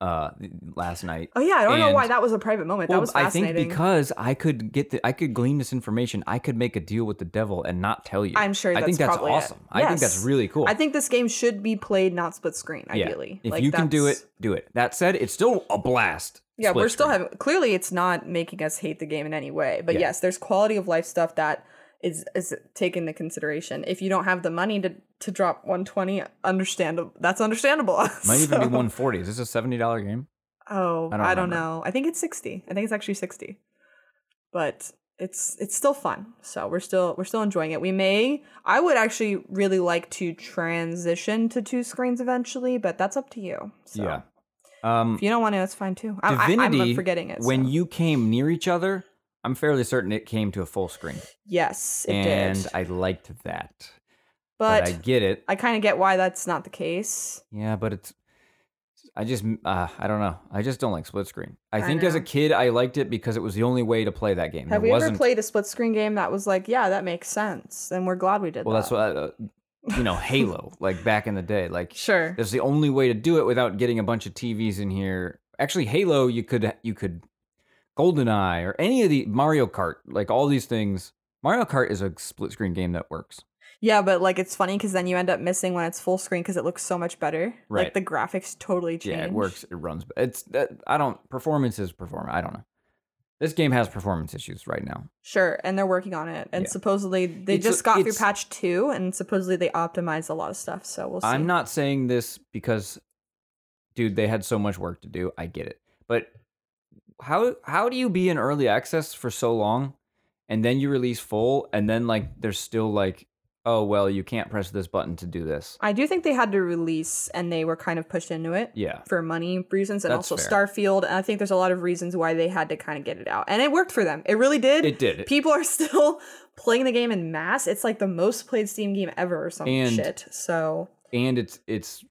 B: uh last night.
C: Oh yeah, I don't know why
B: And-
C: that was a private moment. that was
B: I think
C: fascinating.
B: because I could get the, I could glean this information, I could make a deal with the devil and not tell you.
C: I'm sure
B: I think
C: that's
B: that's
C: probably it.
B: awesome. I think that's
C: Yes.
B: really cool.
C: I think this game should be played not split screen,
B: Yeah.
C: ideally.
B: If
C: Like,
B: you can do
C: that's-
B: it, do it. That said, it's still a blast.
C: Yeah,
B: split
C: we're still
B: screen.
C: having clearly it's not making us hate the game in any way. But
B: Yeah.
C: yes, there's quality of life stuff that is is taken into consideration. If you don't have the money to to drop 120, understandable. That's understandable.
B: Might even be
C: So-
B: 140. Is this a seventy dollar game?
C: Oh,
B: I don't
C: I don't,
B: remember.
C: know. I think it's 60. I think it's actually 60. But it's it's still fun. So we're still we're still enjoying it. We may I would actually really like to transition to two screens eventually, but that's up to you. So
B: Yeah. Um,
C: if you don't want to, it's fine too. I, I,
B: Divinity.
C: I'm forgetting it.
B: when
C: so.
B: you came near each other, I'm fairly certain it came to a full screen,
C: yes, it
B: and
C: did.
B: I liked that.
C: but
B: I get it.
C: I kind of get why that's not the case.
B: Yeah, but it's. I just, uh, I don't know. I just don't like split screen. I,
C: I
B: think as a
C: know.
B: kid, I liked it because it was the only way to play that game.
C: Have
B: there
C: we
B: wasn't,
C: ever played a split screen game that was like, yeah, that makes sense, and we're glad we did
B: Well,
C: that.
B: that's what, uh, you know, Halo, like back in the day. Like,
C: Sure.
B: that's the only way to do it without getting a bunch of TVs in here. Actually, Halo, you could, you could, GoldenEye or any of the Mario Kart, like all these things. Mario Kart is a split screen game that works.
C: Yeah, but like it's funny because then you end up missing when it's full screen because it looks so much better.
B: Right.
C: Like the graphics totally change.
B: Yeah, it works. It runs. but It's, that, I don't, performance is perform. I don't know. This game has performance issues right now.
C: Sure, and they're working on it. And
B: Yeah.
C: supposedly they
B: It's a-
C: just got through
B: it's-
C: patch two, and supposedly they optimized a lot of stuff. So we'll see.
B: I'm not saying this because, dude, they had so much work to do. I get it, but how how do you be in early access for so long, and then you release full, and then like there's still like, oh well, you can't press this button to do this.
C: I do think they had to release, and they were kind of pushed into it
B: Yeah,
C: for money reasons, and
B: That's
C: also
B: fair.
C: Starfield. And I think there's a lot of reasons why they had to kind of get it out, and it worked for them. It really did.
B: it did. It,
C: People are still playing the game in mass. It's like the most played Steam game ever, or some
B: And-
C: shit. So
B: and it's it's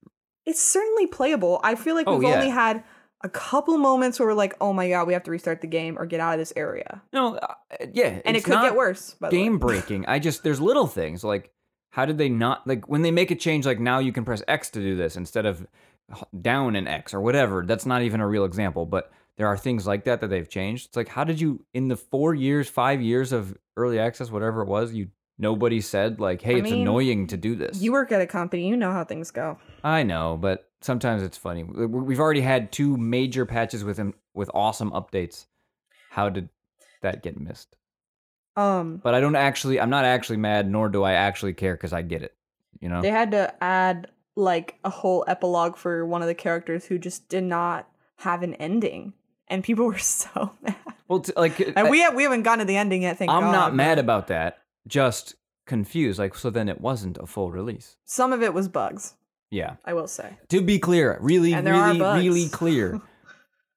C: it's certainly playable. I feel like
B: Oh,
C: we've
B: yeah.
C: only had a couple moments where we're like, oh my god, we have to restart the game or get out of this area.
B: no, uh, yeah,
C: And
B: it's
C: it could
B: not
C: get worse. By the way.
B: Game breaking. I just there's little things like how did they not like when they make a change like now you can press X to do this instead of h- down and X or whatever. That's not even a real example, but there are things like that that they've changed. It's like how did you in the 4 years, 5 years of early access whatever it was, you nobody said like, "Hey,
C: I
B: it's
C: mean,
B: annoying to do this."
C: You work at a company, you know how things go.
B: I know, but sometimes it's funny. We- We've already had two major patches with him with awesome updates. How did that get missed?
C: Um,
B: but I don't actually. I'm not actually mad, nor do I actually care because I get it. You know,
C: they had to add like a whole epilogue for one of the characters who just did not have an ending, and people were so mad.
B: well, t- like
C: And
B: I,
C: we have, we haven't gotten to the ending yet. Thank
B: am
C: God.
B: not mad about that. Just confused. Like, so then it wasn't a full release.
C: Some of it was bugs,
B: Yeah.
C: I will say.
B: To be clear, really,
C: And there are
B: really,
C: bugs.
B: really clear.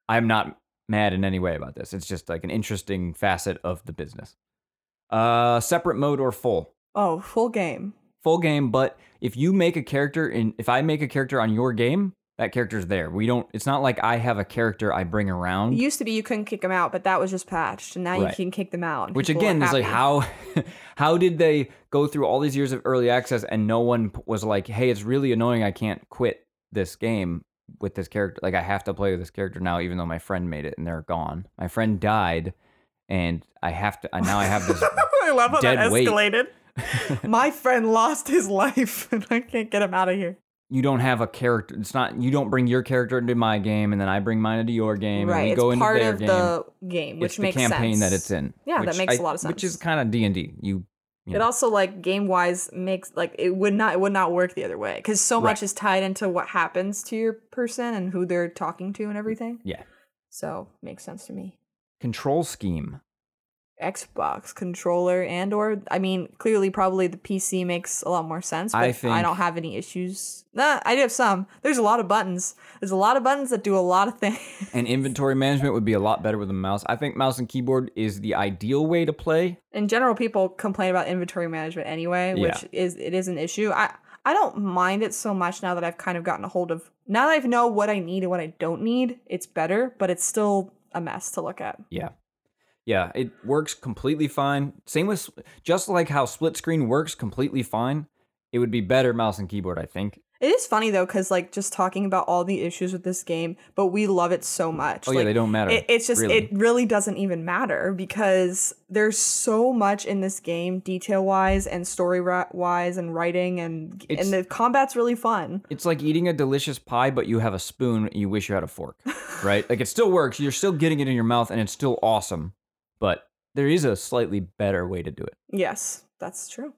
B: I'm not mad in any way about this. It's just like an interesting facet of the business. Uh, separate mode or full.
C: Oh, full game.
B: full game but if you make a character in if i make a character on your game that character's there we don't it's not like i have a character i bring around
C: It used to be you couldn't kick them out, but that was just patched, and now
B: Mm. Right.
C: you can kick them out. and
B: which
C: people are
B: again is like
C: happy.
B: how how did they go through all these years of early access and no one p- was like hey it's really annoying i can't quit this game with this character like i have to play with this character now even though my friend made it and they're gone my friend died and i have to and now i have this
C: I love how
B: dead
C: that
B: weight.
C: escalated. My friend lost his life, and I can't get him out of here.
B: you don't have a character it's not you don't bring your character into my game and then i bring mine into your game and we
C: right,
B: go
C: it's
B: into
C: part
B: their
C: of
B: game
C: the game, which
B: it's
C: makes
B: the campaign
C: sense.
B: that it's in.
C: Yeah, that
B: which
C: makes
B: I-
C: a lot of
B: Which is
C: sense.
B: kind of D and D. You, you
C: It
B: know.
C: also like game wise makes like it would not it would not work the other way because so much
B: Right.
C: is tied into what happens to your person and who they're talking to and everything.
B: Yeah.
C: so makes sense to me.
B: control scheme.
C: Xbox controller and or I mean clearly probably the PC makes a lot more sense. But
B: I
C: I
B: think-
C: don't have any issues. Nah, I do have some. There's a lot of buttons. There's a lot of buttons that do a lot of things.
B: And inventory management would be a lot better with a mouse. I think mouse and keyboard is the ideal way to play.
C: In general, people complain about inventory management anyway,
B: Yeah.
C: which is it is an issue. I I don't mind it so much now that I've kind of gotten a hold of now that I know what I need and what I don't need. It's better, but it's still a mess to look at.
B: Yeah. Yeah, it works completely fine. Same with s- just like how split screen works completely fine. It would be better mouse and keyboard, I think.
C: It is funny though, because like just talking about all the issues with this game, but we love it so much.
B: Oh yeah,
C: like,
B: they don't matter.
C: It, it's just
B: really.
C: it really doesn't even matter because there's so much in this game, detail wise and story ri- wise and writing and
B: It's-
C: and the combat's really fun.
B: It's like eating a delicious pie, but you have a spoon. You wish you had a fork, right? like it still works. You're still getting it in your mouth, and it's still awesome. But there is a slightly better way to do it.
C: Yes, that's true.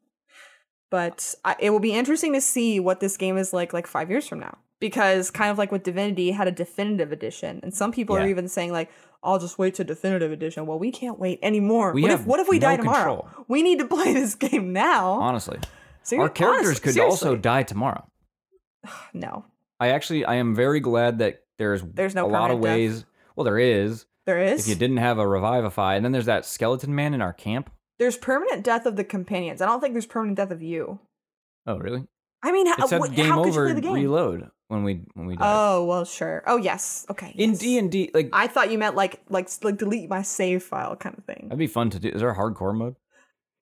C: But I, it will be interesting to see what this game is like like five years from now because kind of like with Divinity had a definitive edition, and some people
B: Yeah.
C: are even saying like. I'll just wait to definitive edition. Well, we can't wait anymore.
B: We
C: what
B: have
C: if what if we
B: no
C: die tomorrow?
B: control.
C: We need to play this game now.
B: Honestly,
C: Seri-
B: our characters
C: Oh, honest-
B: could also
C: seriously.
B: die tomorrow.
C: no.
B: I actually, I am very glad that there's
C: There's no
B: a lot of
C: permanent death.
B: ways. Well, there is.
C: There
B: If
C: is.
B: you didn't have a revivify, and then there's that skeleton man in our camp.
C: There's permanent death of the companions. I don't think there's permanent death of you.
B: Oh, really?
C: I mean, how,
B: It said
C: wh-
B: game
C: Uh, how could you
B: over.
C: play the game?
B: Reload when we when we died.
C: Oh well, sure. Oh yes, okay.
B: in
C: yes.
B: D and D, like
C: I thought you meant like like like delete my save file kind of thing.
B: That'd be fun to do. Is there a hardcore mode?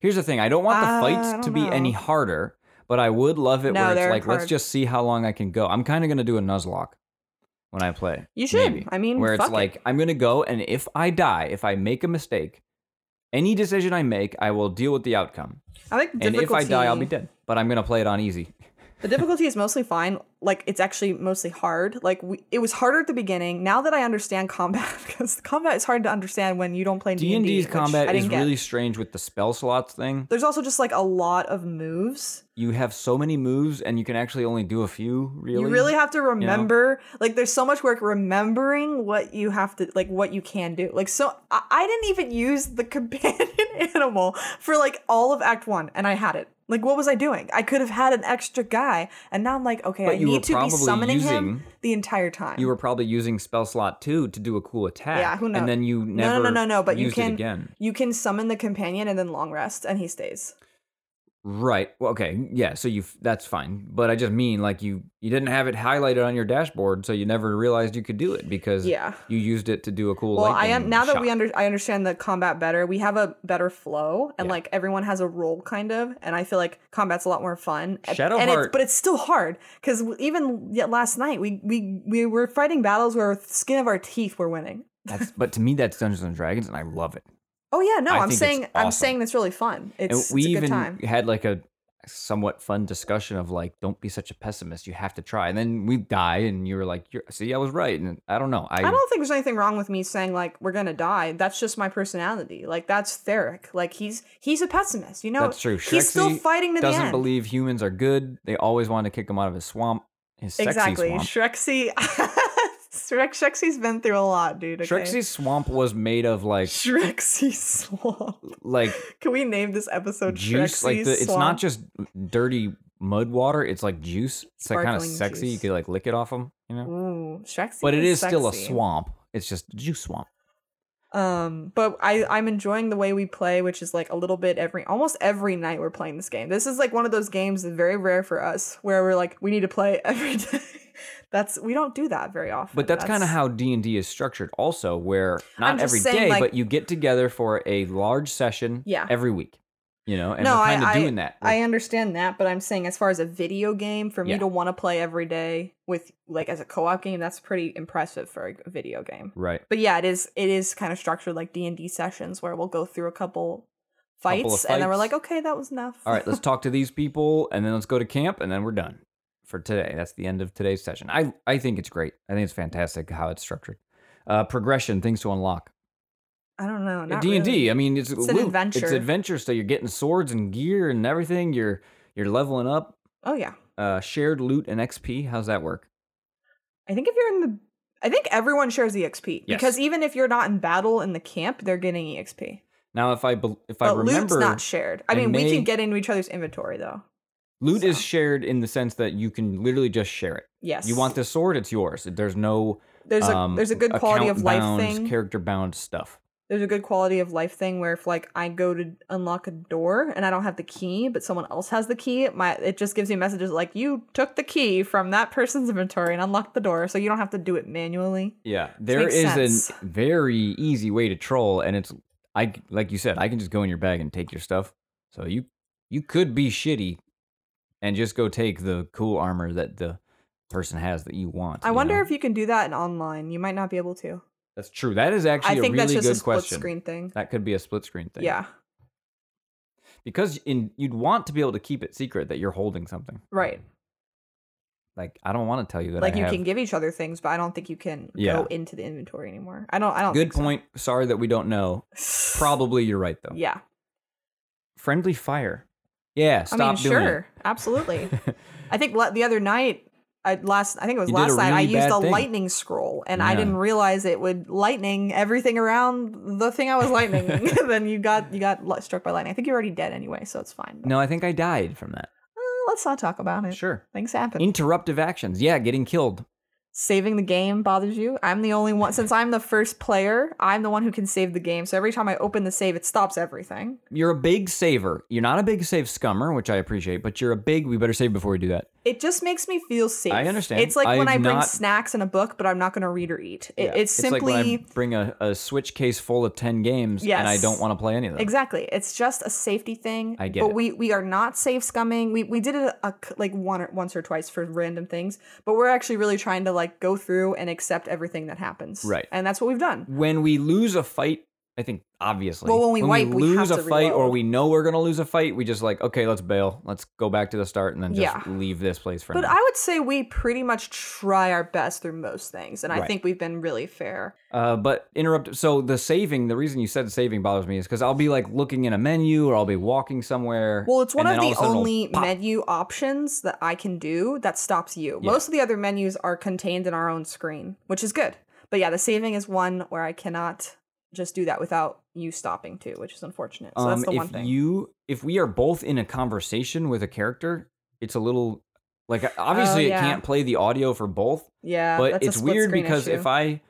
B: Here's the thing. I don't want the
C: Uh, I
B: fights
C: don't
B: to be
C: know.
B: any harder, but I would love it
C: No,
B: where it's
C: they're
B: like, let's
C: hard.
B: just see how long I can go. I'm kind of going to do a Nuzlocke when I play.
C: You should.
B: maybe,
C: I mean,
B: where it's
C: fuck it.
B: like, I'm going to go, and if I die, if I make a mistake, any decision I make, I will deal with the outcome.
C: I think
B: And
C: difficulty.
B: if I die, I'll be dead. But I'm going to play it on easy.
C: The difficulty is mostly fine. Like it's actually mostly hard. Like we, it was harder at the beginning. Now that I understand combat, because combat is hard to understand when you don't play D and
B: D&D's
C: D.
B: combat
C: I
B: is
C: didn't get.
B: really strange with the spell slots thing.
C: There's also just like a lot of moves.
B: You have so many moves, and you can actually only do a few, really.
C: You really have to remember. Like there's so much work remembering what you have to like what you can do. Like so, I, I didn't even use the companion animal for like all of Act One, and I had it. Like what was I doing? I could have had an extra guy, and now I'm like, okay,
B: But
C: I
B: you were
C: need to be
B: probably
C: summoning him
B: using-
C: the entire time.
B: you were probably using spell slot two to do a cool attack.
C: Yeah, who knows?
B: And then you never
C: no, no, no, no. But you
B: used
C: can
B: it again.
C: you can summon the companion and then long rest, and he stays.
B: Right. Well, okay. Yeah. So you that's fine. But I just mean like you you didn't have it highlighted on your dashboard, so you never realized you could do it because
C: Yeah.
B: you used it to do a cool.
C: Well, I am
B: lightning
C: now that we
B: shot.
C: under I understand the combat better. We have a better flow, and
B: Yeah.
C: like everyone has a role kind of, and I feel like combat's a lot more fun. And-
B: Shadowheart-
C: and it's, but it's still hard because even yet last night we we we were fighting battles where with skin of our teeth were winning.
B: That's, but to me, that's Dungeons and Dragons, and I love it.
C: Oh yeah, no,
B: I
C: I am
B: think it's
C: saying I'm
B: awesome.
C: saying that's really fun. It's,
B: and
C: it's
B: we
C: a good
B: even
C: time.
B: had like a somewhat fun discussion of like, don't be such a pessimist. You have to try. And then we die, and you were like, You're, "See, I was right." And I don't know. I,
C: I don't think there's anything wrong with me saying like we're gonna die. That's just my personality. Like that's Theric. Like he's he's a pessimist. You know,
B: That's true.
C: he's still
B: Shrexy
C: fighting to the
B: doesn't
C: end.
B: believe humans are good. They always want to kick him out of his swamp. His sexy
C: exactly.
B: swamp.
C: Shrexy. Shrek Shrexy's been through a lot, dude. Okay?
B: Shrexy's swamp was made of like
C: Shrexy Swamp.
B: like
C: Can we name this episode
B: juice.
C: Shrexy
B: Like the, it's
C: Swamp?
B: not just dirty mud water. It's like juice. It's like kind of
C: Sparkling
B: sexy. You
C: juice.
B: could like lick it off him. You know.
C: Ooh, Shrexy.
B: But it is still a
C: sexy.
B: swamp. It's just juice swamp.
C: Um, but I I'm enjoying the way we play, which is like a little bit every almost every night we're playing this game. This is like one of those games that's very rare for us where we're like we need to play every day. that's we don't do that very often.
B: But that's, kind of how D and D is structured, also, where
C: I'm
B: not
C: just
B: every day,
C: saying, like-
B: but you get together for a large session
C: Yeah.
B: every week. You know, and
C: No,
B: we're
C: I-
B: kind of
C: I-
B: doing that. We're
C: I understand that, but I'm saying as far as a video game for me
B: Yeah.
C: to want to play every day with like as a co-op game, that's pretty impressive for a video game.
B: right.
C: But yeah, it is it is kind of structured like D&D sessions where we'll go through a couple fights,
B: Couple of
C: and then we're
B: fights.
C: like okay, that was enough.
B: all right, let's talk to these people and then let's go to camp and then we're done for today. That's the end of today's session. I, I think it's great. I think it's fantastic how it's structured. Uh, progression, things to unlock. Uh,
C: I don't know. not
B: D and
C: really.
B: D. I mean, it's
C: It's an
B: loot.
C: adventure.
B: It's adventure. So you're getting swords and gear and everything. You're you're leveling up.
C: Oh yeah.
B: Uh, shared loot and XP. How's that work?
C: I think if you're in the I think everyone shares EXP
B: Yes.
C: because even if you're not in battle in the camp, they're getting EXP.
B: Now, if I bel if I
C: But loot's
B: remember,
C: not shared. I
B: I
C: mean, we
B: may-
C: can get into each other's inventory though.
B: Loot is
C: So.
B: shared in the sense that you can literally just share it.
C: Yes,
B: You want this sword, it's yours. There's no
C: there's a
B: um,
C: there's a good quality of life
B: account-bound,
C: thing.
B: character bound stuff.
C: there's a good quality of life thing where if like I go to unlock a door and I don't have the key, but someone else has the key, my it just gives me messages like you took the key from that person's inventory and unlocked the door, so you don't have to do it manually.
B: Yeah, there
C: makes
B: is
C: sense.
B: a very easy way to troll, and it's I like you said, I can just go in your bag and take your stuff. So you you could be shitty and just go take the cool armor that the person has that you want.
C: I
B: you
C: wonder
B: know?
C: if you can do that in online. You might not be able to.
B: that's true. That is
C: I
B: actually
C: think
B: a really
C: that's just
B: good
C: a split
B: question.
C: screen thing.
B: That could be a split screen thing.
C: Yeah.
B: because in you'd want to be able to keep it secret that you're holding something.
C: Right.
B: Like I don't want to tell you that.
C: like
B: I
C: you
B: have-
C: can give each other things, but I don't think you can
B: Yeah.
C: go into the inventory anymore. I don't I don't
B: Good
C: think
B: point. Sorry that we don't know.
C: so.
B: Probably you're right though.
C: Yeah.
B: Friendly fire. Yeah. Stop
C: I mean,
B: doing
C: sure. Absolutely.
B: it.
C: I think le- the other night, I last I think it was
B: You did a
C: last night, I
B: really
C: used
B: bad
C: a
B: thing.
C: lightning scroll, and I
B: Yeah.
C: didn't realize it would lightning everything around the thing I was lightning. then you got you got li- struck by lightning. I think you're already dead anyway, so it's fine.
B: no, I think I died from that.
C: Uh, let's not talk about it.
B: Sure.
C: Things happen.
B: Interruptive actions. Yeah, getting killed.
C: Saving the game bothers you. I'm the only one since I'm the first player. I'm the one who can save the game. So every time I open the save, it stops everything.
B: You're a big saver. You're not a big save scummer, which I appreciate, but you're a big. We better save before we do that.
C: It just makes me feel safe.
B: I understand.
C: It's like when
B: I've
C: I bring
B: not-
C: snacks and a book, but I'm not going to read or eat. It,
B: Yeah.
C: It's simply
B: like when I bring a, a switch case full of ten games, and I
C: Yes.
B: don't want to play any of them.
C: Exactly. It's just a safety thing.
B: I get
C: but
B: it.
C: we we are not safe scumming. We we did it a, c- like one or, once or twice for random things, but we're actually really trying to like go through and accept everything that happens.
B: Right.
C: And that's what we've done.
B: when we lose a fight, I think obviously.
C: Well, when we wipe, we
B: lose
C: have
B: a
C: to
B: fight, or
C: reload.
B: we know we're gonna lose a fight, we just like okay, let's bail, let's go back to the start, and then just
C: Yeah.
B: leave this place for
C: But
B: now.
C: I would say we pretty much try our best through most things, and I
B: Right.
C: think we've been really fair.
B: uh, but interrupt. So the saving, the reason you said saving bothers me is because I'll be like looking in a menu, or I'll be walking somewhere.
C: Well, it's one
B: and
C: of
B: then all
C: the
B: a sudden it'll
C: only
B: pop.
C: menu options that I can do that stops you.
B: Yeah.
C: Most of the other menus are contained in our own screen, which is good. But yeah, the saving is one where I cannot just do that without you stopping too, which is unfortunate. So that's
B: Um,
C: the
B: if
C: one thing.
B: you, if we are both in a conversation with a character, it's a little like obviously
C: Oh, yeah.
B: it can't play the audio for both,
C: yeah,
B: but
C: that's
B: it's
C: a split
B: weird
C: screen
B: because
C: issue.
B: if I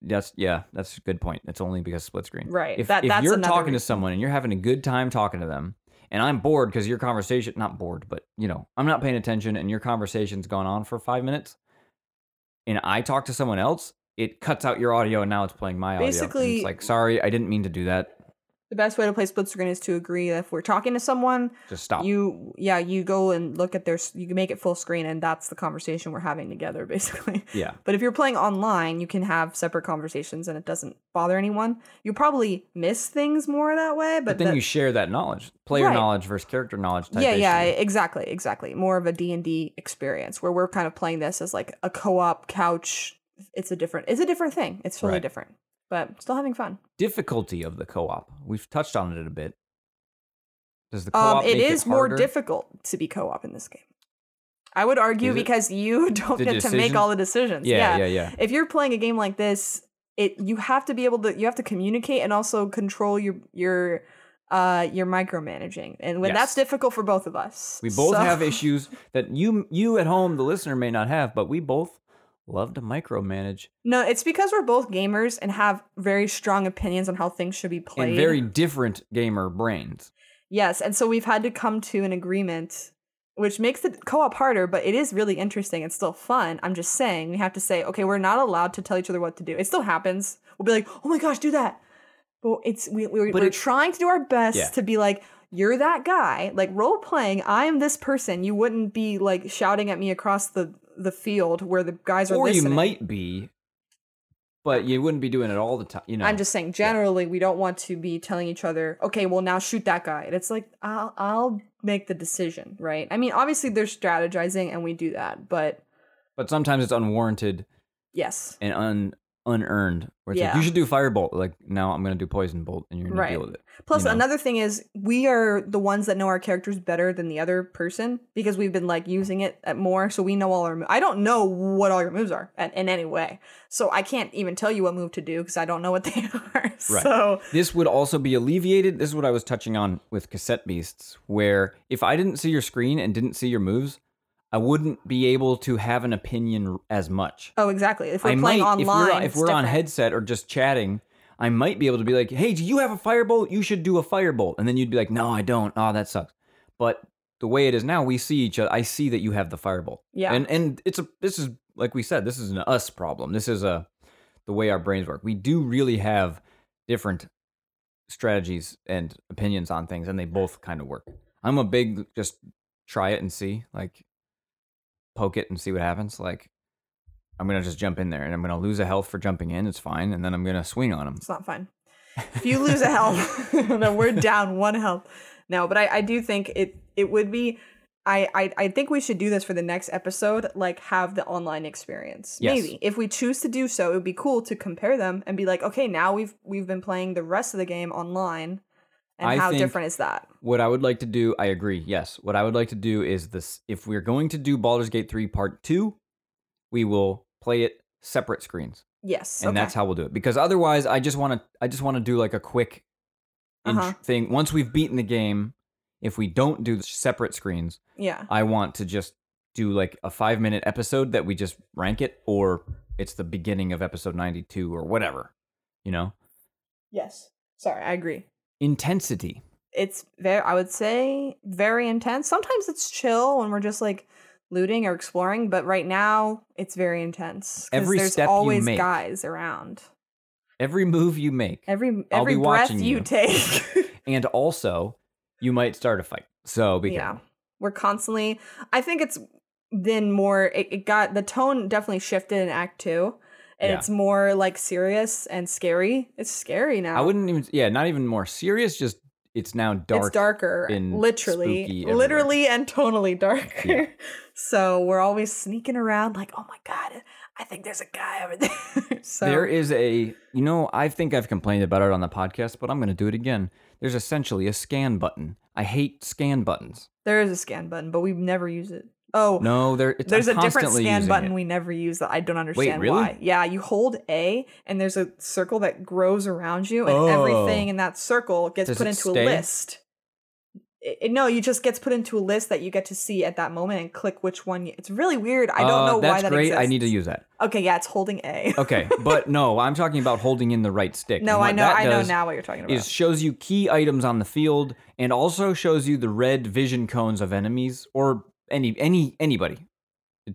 B: that's yeah, that's a good point. It's only because split screen.
C: Right.
B: If,
C: That-
B: if
C: that's
B: you're
C: another
B: talking to
C: reason.
B: someone and you're having a good time talking to them, and I'm bored because your conversation not bored, but you know, I'm not paying attention and your conversation's gone on for five minutes, and I talk to someone else, it cuts out your audio and now it's playing my audio. And
C: Basically-
B: it's like, sorry, I didn't mean to do that.
C: the best way to play split screen is to agree that if we're talking to someone,
B: Just stop.
C: you yeah, you go and look at their s- you can make it full screen and that's the conversation we're having together basically.
B: yeah.
C: But if you're playing online, you can have separate conversations and it doesn't bother anyone. You probably miss things more that way,
B: But,
C: but,
B: then
C: that-
B: you share that knowledge, player
C: Right.
B: knowledge versus character knowledge. Type
C: yeah,
B: issue.
C: yeah, exactly, exactly. More of a D&D experience where we're kind of playing this as like a co-op couch. It's a different it's a different thing. It's totally
B: Right.
C: different. But still having fun.
B: difficulty of the co-op. We've touched on it a bit. Does the co-op
C: Um it
B: make
C: is
B: it
C: more
B: harder?
C: difficult to be co-op in this game. I would argue
B: Is it?
C: because you don't
B: The
C: get to make
B: decisions?
C: all the decisions.
B: Yeah, yeah, yeah.
C: if you're playing a game like this it you have to be able to you have to communicate and also control your your uh your micromanaging and when
B: Yes.
C: that's difficult for both of us
B: We both
C: So-
B: have issues that you you at home, the listener may not have, but we both love to micromanage
C: no it's because we're both gamers and have very strong opinions on how things should be played
B: and very different gamer brains.
C: yes and so we've had to come to an agreement which makes the co-op harder but it is really interesting it's still fun i'm just saying we have to say okay we're not allowed to tell each other what to do it still happens we'll be like oh my gosh do that but it's we, we,
B: But
C: we're
B: it-
C: trying to do our best
B: Yeah.
C: to be like you're that guy like role playing i am this person you wouldn't be like shouting at me across the the field where the guys are
B: Or
C: listening
B: you might be, but you wouldn't be doing it all the time. You know,
C: I'm just saying generally we don't want to be telling each other, okay, well now shoot that guy. And it's like I'll I'll make the decision, right? I mean, obviously there's strategizing and we do that, but
B: but sometimes it's unwarranted
C: yes.
B: and un unearned. Where it's like
C: Yeah.
B: you should do firebolt. Like now I'm gonna do poison bolt, and you're gonna deal
C: Right.
B: with it.
C: Plus
B: You know.
C: another thing is we are the ones that know our characters better than the other person because we've been like using it at more, so we know all our. Mo- I don't know what all your moves are in, in any way, so I can't even tell you what move to do because I don't know what they are. So
B: This would also be alleviated. This is what I was touching on with cassette beasts, where if I didn't see your screen and didn't see your moves, I wouldn't be able to have an opinion as much.
C: oh, exactly. If we're
B: I
C: playing
B: might, if
C: online,
B: we're, if
C: it's
B: we're on
C: different.
B: headset or just chatting, I might be able to be like, "Hey, do you have a firebolt? You should do a firebolt." And then you'd be like, "No, I don't. Oh, that sucks." But the way it is now, we see each other. I see that you have the firebolt.
C: Yeah.
B: And and it's a this is like we said, this is an us problem. This is a the way our brains work. We do really have different strategies and opinions on things, and they both kind of work. I'm a big just try it and see, like poke it and see what happens. Like I'm gonna just jump in there and I'm gonna lose a health for jumping in. It's fine, and then I'm gonna swing on him.
C: It's not fun. If you lose a health, then we're down one health. No, but I, I do think it it would be. I, I I think we should do this for the next episode. Like have the online experience.
B: Yes.
C: Maybe if we choose to do so, it would be cool to compare them and be like, okay, now we've we've been playing the rest of the game online, and
B: I
C: how
B: think-
C: different is that?
B: What I would like to do, I agree. Yes, what I would like to do is this: if we're going to do Baldur's Gate three part two, we will play it separate screens,
C: Yes,
B: and
C: okay.
B: that's how we'll do it. Because otherwise, I just want to, I just want to do like a quick int-
C: Uh-huh.
B: thing. Once we've beaten the game, if we don't do the separate screens,
C: yeah.
B: I want to just do like a five minute episode that we just rank it, or it's the beginning of episode 92 or whatever. You know,
C: Yes. Sorry, I agree.
B: intensity.
C: it's very i would say very intense sometimes it's chill when we're just like looting or exploring but right now it's very intense 'cause
B: Every
C: there's
B: step you
C: always
B: make.
C: guys around
B: Every move you make.
C: every
B: I'll
C: every
B: be
C: breath
B: watching
C: you,
B: you.
C: take
B: And also, you might start a fight. So, be
C: yeah
B: careful.
C: we're constantly i think it's then more it, it got the tone definitely shifted in act two and
B: Yeah.
C: it's more like serious and scary it's scary now
B: I wouldn't even, yeah, not even more serious, just it's now dark.
C: it's darker
B: and spooky
C: literally
B: everywhere.
C: literally and tonally darker
B: Yeah.
C: so we're always sneaking around like oh my god i think there's a guy over there so
B: There is a, you know, I think I've complained about it on the podcast, but I'm going to do it again. There's essentially a scan button. I hate scan buttons.
C: there is a scan button but we've never used it oh
B: No, there, it's,
C: there's
B: I'm
C: a different
B: constantly
C: scan
B: using
C: button
B: it.
C: we never use that i don't understand
B: really?
C: why yeah you hold a and there's a circle that grows around you and
B: Oh.
C: everything in that circle gets
B: Does
C: put
B: it
C: into
B: stay?
C: a list It- it- no, you just gets put into a list that you get to see at that moment and click which one. You, it's really weird. I don't
B: Uh,
C: know why
B: that's
C: that
B: great.
C: exists.
B: I need to use that.
C: Okay, yeah, it's holding A.
B: Okay, but no, I'm talking about holding in the right stick. And
C: no, I
B: what
C: know,
B: that
C: I know
B: does
C: now what you're talking about.
B: Is shows you key items on the field and also shows you the red vision cones of enemies or any any anybody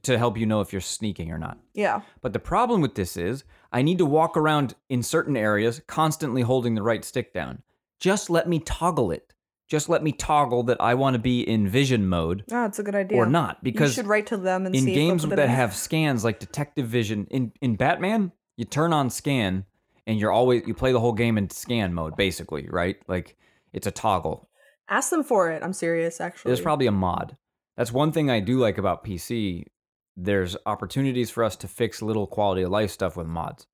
B: to help you know if you're sneaking or not.
C: yeah,
B: But the problem with this is I need to walk around in certain areas constantly holding the right stick down. Just let me toggle it. Just let me toggle that I want to be in vision mode
C: no, it's a good idea.
B: or not because
C: you should write to them and
B: in
C: see if
B: games
C: they'll put it
B: that
C: in.
B: have scans like detective vision in in batman you turn on scan and you're always you play the whole game in scan mode basically right like it's a toggle
C: Ask them for it. I'm serious, actually.
B: there's probably a mod that's one thing i do like about pc there's opportunities for us to fix little quality of life stuff with mods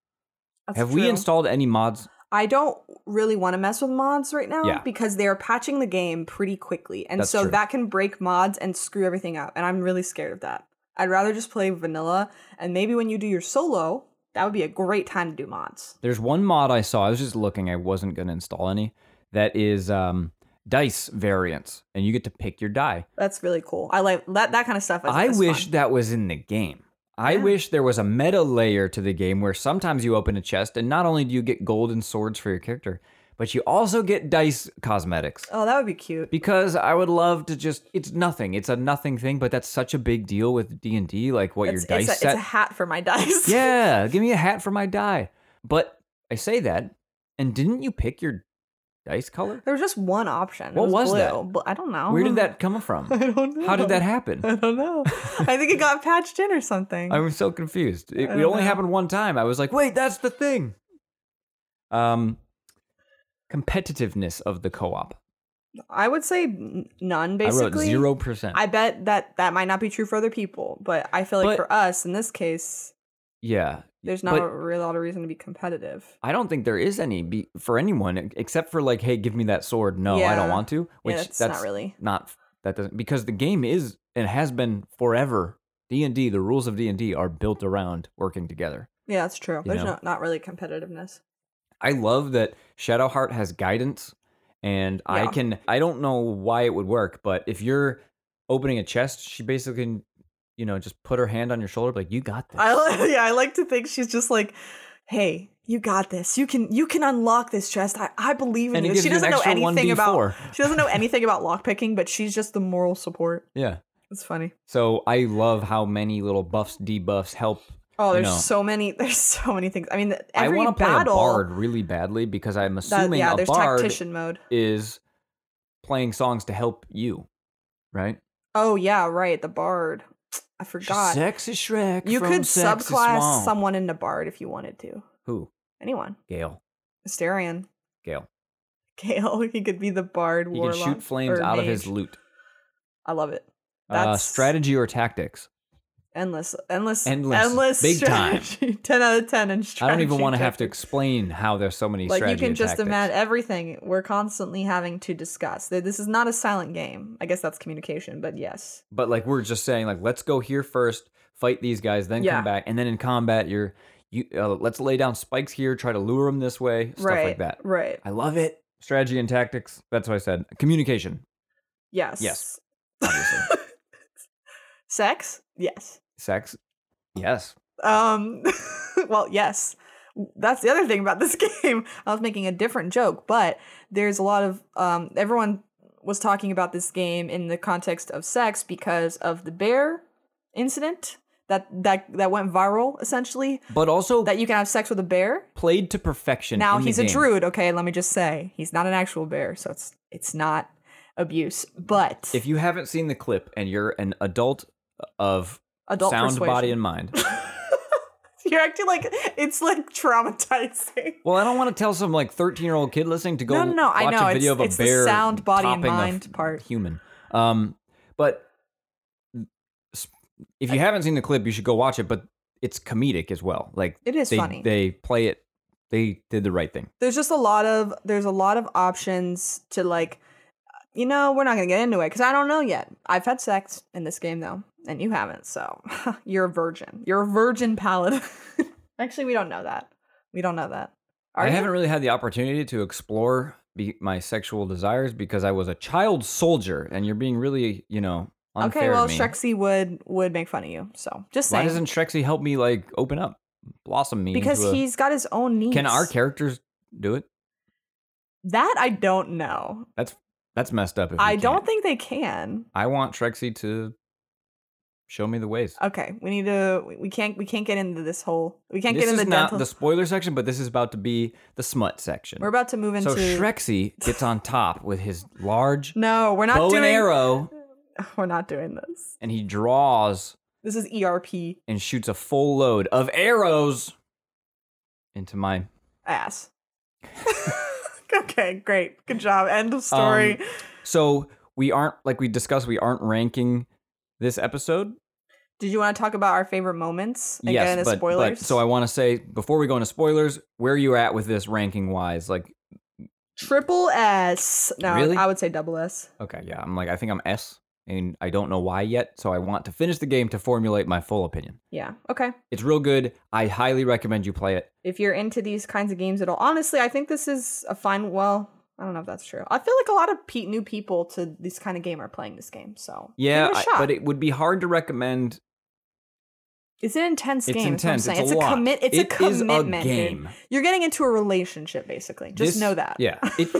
C: That's
B: have we
C: true.
B: installed any mods
C: I don't really want to mess with mods right now
B: Yeah.
C: because they are patching the game pretty quickly, and
B: That's
C: so
B: true.
C: that can break mods and screw everything up. And I'm really scared of that. I'd rather just play vanilla, and maybe when you do your solo, that would be a great time to do mods.
B: there's one mod i saw i was just looking i wasn't going to install any that is um dice variants and you get to pick your die
C: That's really cool. I like that that kind of stuff. Is,
B: I
C: is
B: wish
C: fun.
B: that was in the game. I
C: Yeah.
B: wish there was a meta layer to the game where sometimes you open a chest and not only do you get gold and swords for your character, but you also get dice cosmetics.
C: Oh, that would be cute.
B: Because I would love to just it's nothing. It's a nothing thing, but that's such a big deal with D&D like what
C: it's,
B: your dice
C: it's, a,
B: set
C: it's a hat for my dice.
B: Yeah, give me a hat for my die. But I say that and didn't you pick your dice color?
C: There was just one option. It
B: What was
C: blue.
B: that?
C: But I don't know.
B: Where did that come from?
C: I don't know.
B: How did that happen?
C: I don't know. I think it got patched in or something.
B: I'm so confused. It,
C: I
B: it
C: don't
B: only
C: know.
B: happened one time. I was like, wait, that's the thing. Um, competitiveness of the co-op.
C: I would say n- none. Basically,
B: I wrote zero percent.
C: I bet that that might not be true for other people, but I feel
B: But-
C: like for us in this case,
B: Yeah,
C: there's not
B: But-
C: a real lot of reason to be competitive.
B: I don't think there is any be- for anyone e- except for like, hey, give me that sword. No, I don't
C: Yeah.
B: want to. Which
C: yeah, that's, not really.
B: not that doesn't because the game is and has been forever. D and D, the rules of D and D are built around working together.
C: Yeah, that's true.
B: you
C: There's
B: know?
C: no, not really competitiveness.
B: I love that Shadowheart has guidance and I
C: Yeah.
B: can I don't know why it would work, but if you're opening a chest, she basically can, you know, just put her hand on your shoulder be like you got this.
C: I li- yeah, I like to think she's just like, hey. You got this. You can you can unlock this chest. I, I believe in
B: and it
C: you.
B: gives
C: She
B: you an
C: doesn't know
B: extra
C: anything
B: 1d4.
C: about She doesn't know anything about lockpicking, but she's just the moral support.
B: Yeah.
C: It's funny.
B: So I love how many little buffs, debuffs help.
C: Oh, there's
B: No.
C: so many. There's so many things. I mean, th-
B: I
C: every
B: want to play
C: battle.
B: a bard really badly because I'm
C: that-
B: assuming
C: yeah,
B: a
C: there's
B: bard
C: tactician mode.
B: is playing songs to help you, right?
C: Oh yeah, right. The bard. I
B: She's
C: forgot.
B: Sexy Shrek.
C: You
B: from
C: could
B: Sexy
C: subclass
B: Swamp.
C: someone into bard if you wanted to.
B: Who?
C: Anyone.
B: Gale.
C: Asterion.
B: Gale.
C: Gale. He could be the bard.
B: He can
C: warlock,
B: shoot flames
C: or
B: out of his
C: mage.
B: loot.
C: I love it.
B: Uh,
C: That's-
B: strategy or tactics?
C: Endless, endless,
B: Endless.
C: endless,
B: Big time.
C: strategy. Ten out of ten in
B: I
C: strategy.
B: don't even want to have to
C: check.
B: explain how there's so many.
C: Like you
B: strategy
C: can
B: and
C: just
B: tactics.
C: imagine everything we're constantly having to discuss. Th- This is not a silent game. I guess that's communication, but yes,
B: But like we're just saying, like let's go here first, fight these guys, then
C: Yeah.
B: come back, and then in combat, you're you uh, let's lay down spikes here, try to lure them this way, stuff
C: right,
B: like that.
C: right,
B: I love it. Strategy and tactics. That's what I said. Communication,
C: yes,
B: Yes. obviously.
C: sex, yes.
B: Sex. Yes.
C: Um, well, yes. That's the other thing about this game. I was making a different joke, but there's a lot of um, everyone was talking about this game in the context of sex because of the bear incident that that that went viral essentially.
B: But also
C: That you can have sex with a bear.
B: played to perfection.
C: Now
B: in the
C: he's a
B: game.
C: druid. Okay, let me just say he's not an actual bear, so it's it's not abuse, but
B: If you haven't seen the clip and you're an adult of
C: adult
B: sound
C: persuasion.
B: body and mind,
C: You're acting like it's like traumatizing.
B: Well, I don't want to tell some like thirteen year old kid listening to go
C: No, no, no,
B: watch
C: I know.
B: a video
C: It's-
B: of a
C: it's the
B: bear
C: sound, body, and
B: topping a f-
C: mind part.
B: human. Um, but s- if you haven't seen the clip, you should go watch it. But it's comedic as well. Like
C: It is
B: they
C: funny.
B: they play it. They did the right thing.
C: there's just a lot of there's a lot of options to like you know we're not gonna get into it because i don't know yet i've had sex in this game though and you haven't so you're a virgin you're a virgin paladin actually we don't know that we don't know that Are
B: I
C: you?
B: haven't really had the opportunity to explore be, my sexual desires because I was a child soldier, and you're being really, you know, unfair
C: okay well
B: to me.
C: shrexy would would make fun of you so just
B: Why
C: saying
B: doesn't Shrexy help me like open up, blossom me?
C: because
B: into a-
C: he's got his own needs
B: uh, can our characters do it?
C: that i don't know
B: That's messed up. If we
C: i
B: can't.
C: don't think they can
B: I want Trexie to show me the ways.
C: okay we need to we- we can't we can't get into this whole we can't
B: this
C: get into
B: is
C: the
B: not
C: dental
B: the spoiler section, but this is about to be the smut section.
C: we're about to move into
B: so Shrexy gets on top with his large
C: No, we're not
B: bow
C: doing
B: and arrow,
C: We're not doing this.
B: and he draws
C: This is E ERP
B: and shoots a full load of arrows into my
C: ass. okay, great. Good job. End
B: Um,
C: of story.
B: So we aren't like we discussed. We aren't ranking this episode.
C: Did you want to talk about our favorite moments and get
B: yes,
C: into
B: but,
C: spoilers?
B: but so I want to say before we go into spoilers, where you at with this ranking wise? Like,
C: triple S. No,
B: Really?
C: I would say double S.
B: Okay, yeah. I'm like, I think I'm S, and I don't know why yet. So I want to finish the game to formulate my full opinion.
C: Yeah. Okay.
B: It's real good. I highly recommend you play it.
C: If you're into these kinds of games at all, honestly, I think this is a fine. Well, I don't know if that's true. I feel like a lot of pe- new people to this kind of game are playing this game. So
B: Yeah,
C: give it a
B: I-
C: shot.
B: but it would be hard to recommend.
C: it's an intense
B: It's
C: game. is what I'm
B: intense.
C: saying.
B: It's a
C: it's
B: lot.
C: commit. It's a
B: It is
C: commitment. dude.
B: game.
C: You're getting into a relationship, basically. Just
B: This-
C: know that.
B: Yeah. It,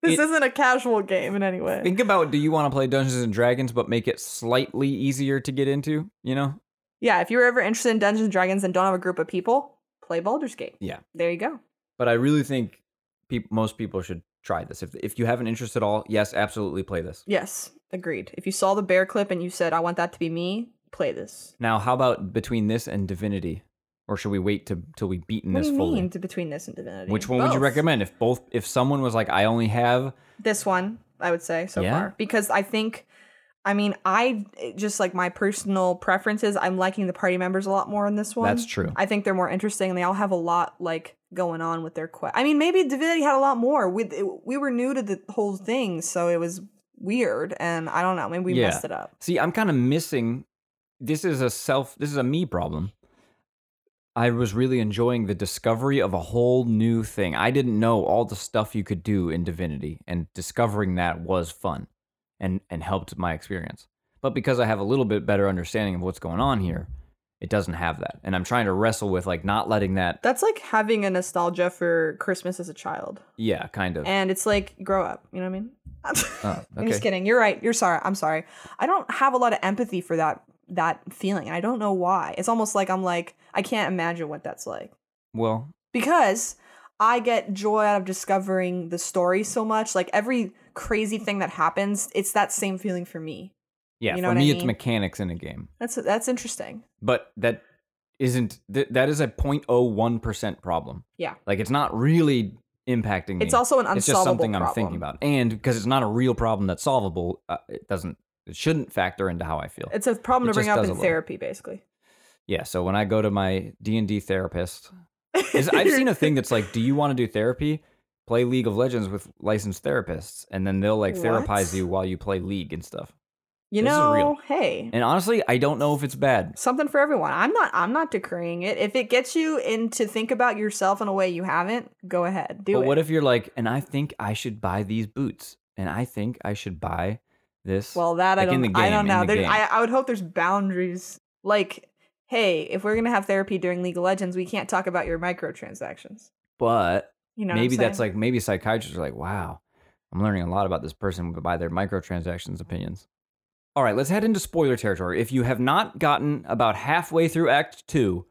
C: This
B: It-
C: is isn't a casual game in any way.
B: think about: Do you want to play Dungeons and Dragons, but make it slightly easier to get into? You know,
C: Yeah, if you're ever interested in Dungeons and Dragons and don't have a group of people, play Baldur's Gate.
B: Yeah.
C: There you go.
B: but I really think peop most people should try this. If if you have an interest at all, yes, absolutely play this.
C: Yes, agreed. If you saw the bear clip and you said, I want that to be me, play this.
B: Now, how about between this and Divinity, or should we wait to till we've beaten
C: What
B: this
C: do you
B: fully?
C: mean to between this and Divinity?
B: Which one would you
C: Both.
B: recommend if both if someone was like I only have
C: This one, I would say so
B: Yeah?
C: far. Because I think, I mean, I it- just like my personal preferences, I'm liking the party members a lot more in this one.
B: That's true.
C: I think they're more interesting. and They all have a lot like going on with their quest. I mean, maybe Divinity had a lot more. We it- we were new to the whole thing, so it was weird, and I don't know. Maybe we
B: Yeah.
C: messed it up.
B: See, I'm kind of missing this is a self this is a me problem. I was really enjoying the discovery of a whole new thing. I didn't know all the stuff you could do in Divinity and discovering that was fun and and helped my experience. But because I have a little bit better understanding of what's going on here, it doesn't have that. And I'm trying to wrestle with like not letting that
C: That's like having a nostalgia for Christmas as a child,
B: yeah, kind of.
C: and it's like grow up. You know what I mean?
B: Oh,
C: I'm just kidding. You're right. You're sorry. I'm sorry. I don't have a lot of empathy for that that feeling, and I don't know why. It's almost like I'm like I can't imagine what that's like.
B: Well,
C: because I get joy out of discovering the story so much. Like every crazy thing that happens, it's that same feeling for me.
B: Yeah,
C: You know
B: for
C: what I
B: me, it's
C: mean?
B: mechanics in a game,
C: That's that's interesting.
B: but that isn't th- that is a 0.01 percent problem.
C: Yeah.
B: like it's not really impacting.
C: It's
B: me.
C: also an unsolvable
B: it's just something
C: problem.
B: I'm thinking about, and because it's not a real problem that's solvable, uh, it doesn't it shouldn't factor into how I feel.
C: It's a problem
B: It
C: to bring
B: just
C: up
B: does a
C: in
B: little.
C: therapy, basically.
B: yeah, so when I go to my D and D therapist, is I've seen a thing that's like, do you want to do therapy? Play League of Legends with licensed therapists, and then they'll like
C: What?
B: therapize you while you play League and stuff.
C: you
B: this is
C: know,
B: real.
C: hey,
B: And honestly, I don't know if it's bad.
C: something for everyone. I'm not I'm not decreeing it. If it gets you into think about yourself in a way you haven't, go ahead. Do
B: but
C: it.
B: what if you're like, and I think I should buy these boots, and I think I should buy this.
C: well, that I
B: like,
C: don't
B: in the
C: I
B: game,
C: don't
B: in
C: know.
B: the
C: There,
B: game.
C: I I would hope there's boundaries. Like, hey, if we're going to have therapy during League of Legends, we can't talk about your microtransactions.
B: but
C: You know, what I'm
B: maybe that's
C: saying?
B: like maybe psychiatrists are like, wow, I'm learning a lot about this person by their microtransactions opinions. All right, let's head into spoiler territory. If you have not gotten about halfway through Act Two,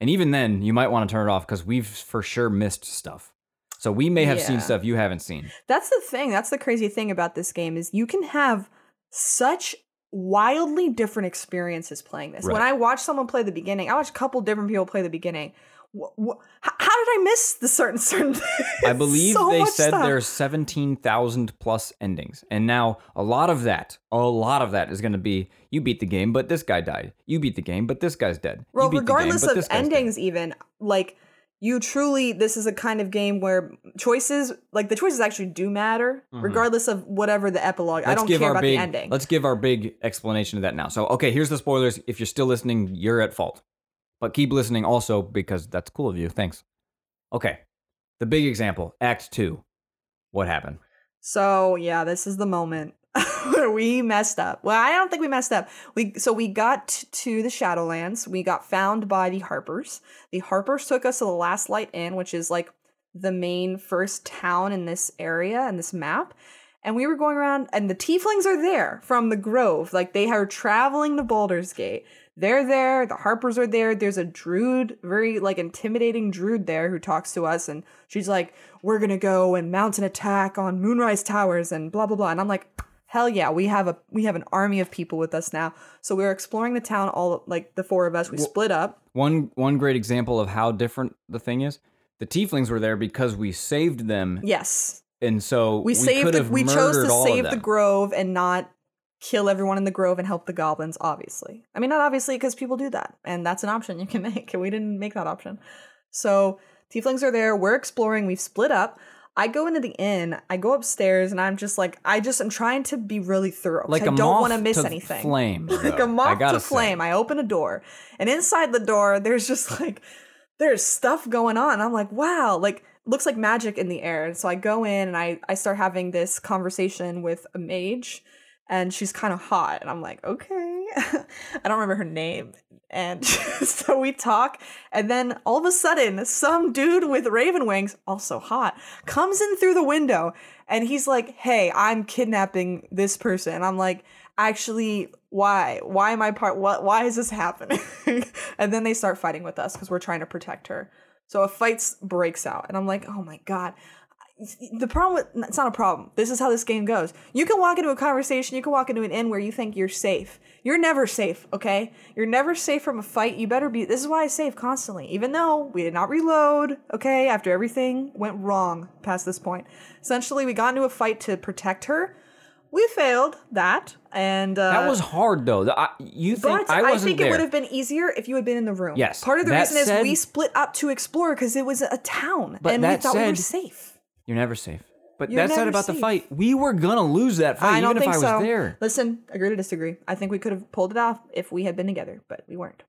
B: and even then, you might want to turn it off because we've for sure missed stuff. So we may have
C: Yeah.
B: seen stuff you haven't seen.
C: That's the thing. That's the crazy thing about this game is you can have such wildly different experiences playing this. When
B: Right.
C: I watched someone play the beginning, I watched a couple different people play the beginning. Wh- wh- how, how did I miss the certain certain?
B: I believe
C: so
B: they
C: much
B: said
C: stuff.
B: there's 17,000 plus endings. And now a lot of that, a lot of that is going to be you beat the game, but this guy died. You beat the game, but this guy's dead.
C: Well,
B: you beat
C: regardless
B: the game, but
C: of
B: this guy's dead.
C: endings, even like you truly, this is a kind of game where choices, like the choices, actually do matter,
B: Mhm.
C: regardless of whatever the epilog I
B: Let's
C: don't
B: give
C: care
B: our
C: about
B: big,
C: the ending.
B: Let's give our big explanation of that now. So, okay, here's the spoilers. If you're still listening, you're at fault. But keep listening also because that's cool of you. Thanks. Okay. The big example, Act 2. What happened?
C: So yeah, this is the moment where we messed up. Well, I don't think we messed up. We so we got t- to the Shadowlands. We got found by the Harpers. The Harpers took us to the Last Light Inn, which is like the main first town in this area and this map. And we were going around, and the Tieflings are there from the Grove. Like they are traveling to Baldur's Gate. They're there. The Harpers are there. There's a druid, very like intimidating druid there who talks to us, and she's like, "We're gonna go and mount an attack on Moonrise Towers and blah blah blah." And I'm like, "Hell yeah, we have a we have an army of people with us now." So we were exploring the town, all like the four of us. We split up.
B: One one great example of how different the thing is. The tieflings were there because we saved them,
C: Yes,
B: and so
C: we, saved.
B: could
C: The,
B: have
C: we chose
B: murdered
C: to
B: all of
C: save the
B: them.
C: grove and not kill everyone in the grove and help the goblins. Obviously, I mean not obviously because people do that, and that's an option you can make. And we didn't make that option. So tieflings are there. We're exploring. We've split up. I go into the inn. I go upstairs, and I'm just like, I just am trying to be really thorough. 'cause
B: like
C: I
B: a
C: don't want to
B: moth
C: miss anything.
B: Flame,
C: like
B: though,
C: a
B: I
C: moth
B: gotta
C: to
B: say.
C: flame. I open a door, and inside the door, there's just like there's stuff going on. And I'm like, wow, like looks like magic in the air. And so I go in and I I start having this conversation with a mage, and she's kind of hot, and I'm like, okay, I don't remember her name. And so we talk, and then all of a sudden, some dude with raven wings, also hot, comes in through the window, and he's like, "Hey, I'm kidnapping this person." And I'm like, actually why why am i part what why is this happening and then they start fighting with us because we're trying to protect her so a fight s- breaks out and i'm like oh my god the problem with it's not a problem this is how this game goes you can walk into a conversation you can walk into an inn where you think you're safe you're never safe okay you're never safe from a fight you better be this is why i save constantly even though we did not reload okay after everything went wrong past this point essentially we got into a fight to protect her we failed that and uh,
B: That was hard though. The- I- you think
C: but I,
B: I wasn't
C: think
B: there?
C: it would have been easier if you had been in the room.
B: Yes.
C: Part of the
B: That
C: reason
B: said-
C: is we split up to explore because it was a town
B: But
C: and we
B: that
C: thought we were
B: said-
C: safe.
B: You're never safe. But
C: You're
B: that said
C: never
B: about the
C: safe.
B: fight, we were gonna lose that fight
C: I don't
B: even if
C: think
B: I was
C: so.
B: there.
C: Listen, agree to disagree. I think we could have pulled it off if we had been together, but we weren't.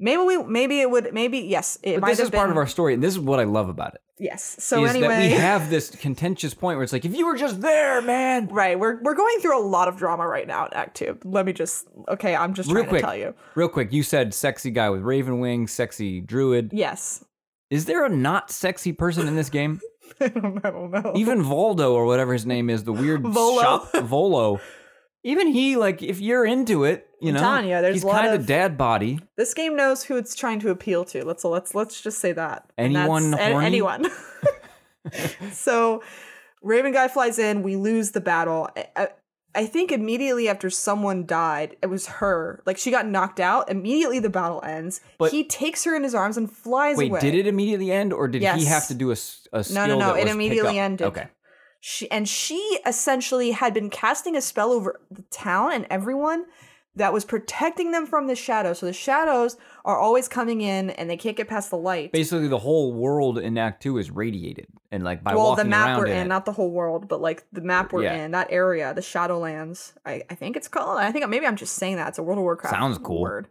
C: Maybe we maybe it would maybe yes, it
B: But
C: might
B: this
C: have
B: is
C: been
B: part of our story, and this is what I love about it.
C: yes. So
B: is that
C: anyway,
B: we have this contentious point where it's like, if you were just there, man.
C: right, we're we're going through a lot of drama right now at Act 2. Let me just okay, I'm just
B: Real
C: trying
B: quick,
C: to tell you.
B: real quick, you said sexy guy with raven wings, sexy druid.
C: Yes.
B: Is there a not sexy person in this game?
C: I don't, I don't know.
B: even Voldo or whatever his name is, the weird
C: Volo.
B: shop Volo. Even he, like, if you're into it, you
C: I'm
B: know,
C: telling you, there's
B: he's
C: a lot
B: kind
C: of-
B: dad body.
C: this game knows who it's trying to appeal to. Let's let's let's just say that. And
B: Anyone
C: that's- a-
B: horny?
C: anyone. so Raven guy flies in. We lose the battle. Uh, I think immediately after someone died, it was her. Like she got knocked out. Immediately the battle ends.
B: But-
C: he takes her in his arms and flies
B: Wait,
C: away.
B: did it immediately end, or did he
C: Yes.
B: have to do a, s- a skill?
C: No, no, no.
B: that
C: It
B: was
C: immediately
B: pickup?
C: ended.
B: Okay.
C: She and she essentially had been casting a spell over the town and everyone that was protecting them from the shadows. So the shadows are always coming in and they can't get past the light.
B: Basically, the whole world in Act Two is radiated, and like by
C: well, the
B: walking
C: map
B: around
C: we're
B: in,
C: in,
B: it-
C: not the whole world, but like the map we're
B: Yeah.
C: in, that area, the Shadowlands. I, I think it's called. I think maybe I'm just saying that. It's a World of Warcraft
B: Sounds cool.
C: word.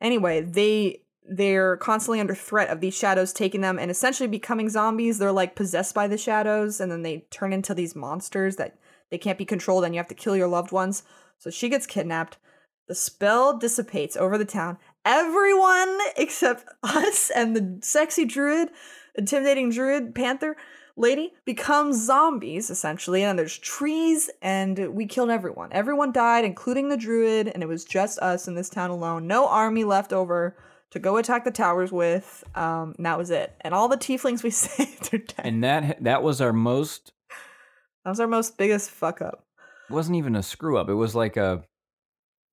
C: Anyway, they they're constantly under threat of these shadows taking them and essentially becoming zombies. They're like possessed by the shadows, and then they turn into these monsters that they can't be controlled, and you have to kill your loved ones. So she gets kidnapped. The spell dissipates over the town. Everyone except us and the sexy druid, intimidating druid, panther lady becomes zombies essentially. And there's trees, and we killed everyone. Everyone died, including the druid, and it was just us in this town alone. No army left over to go attack the towers with. Um, and that was it. And all the tieflings we saved are dead.
B: and that that was our most
C: That was our most biggest fuck up.
B: wasn't even a screw up. It was like a,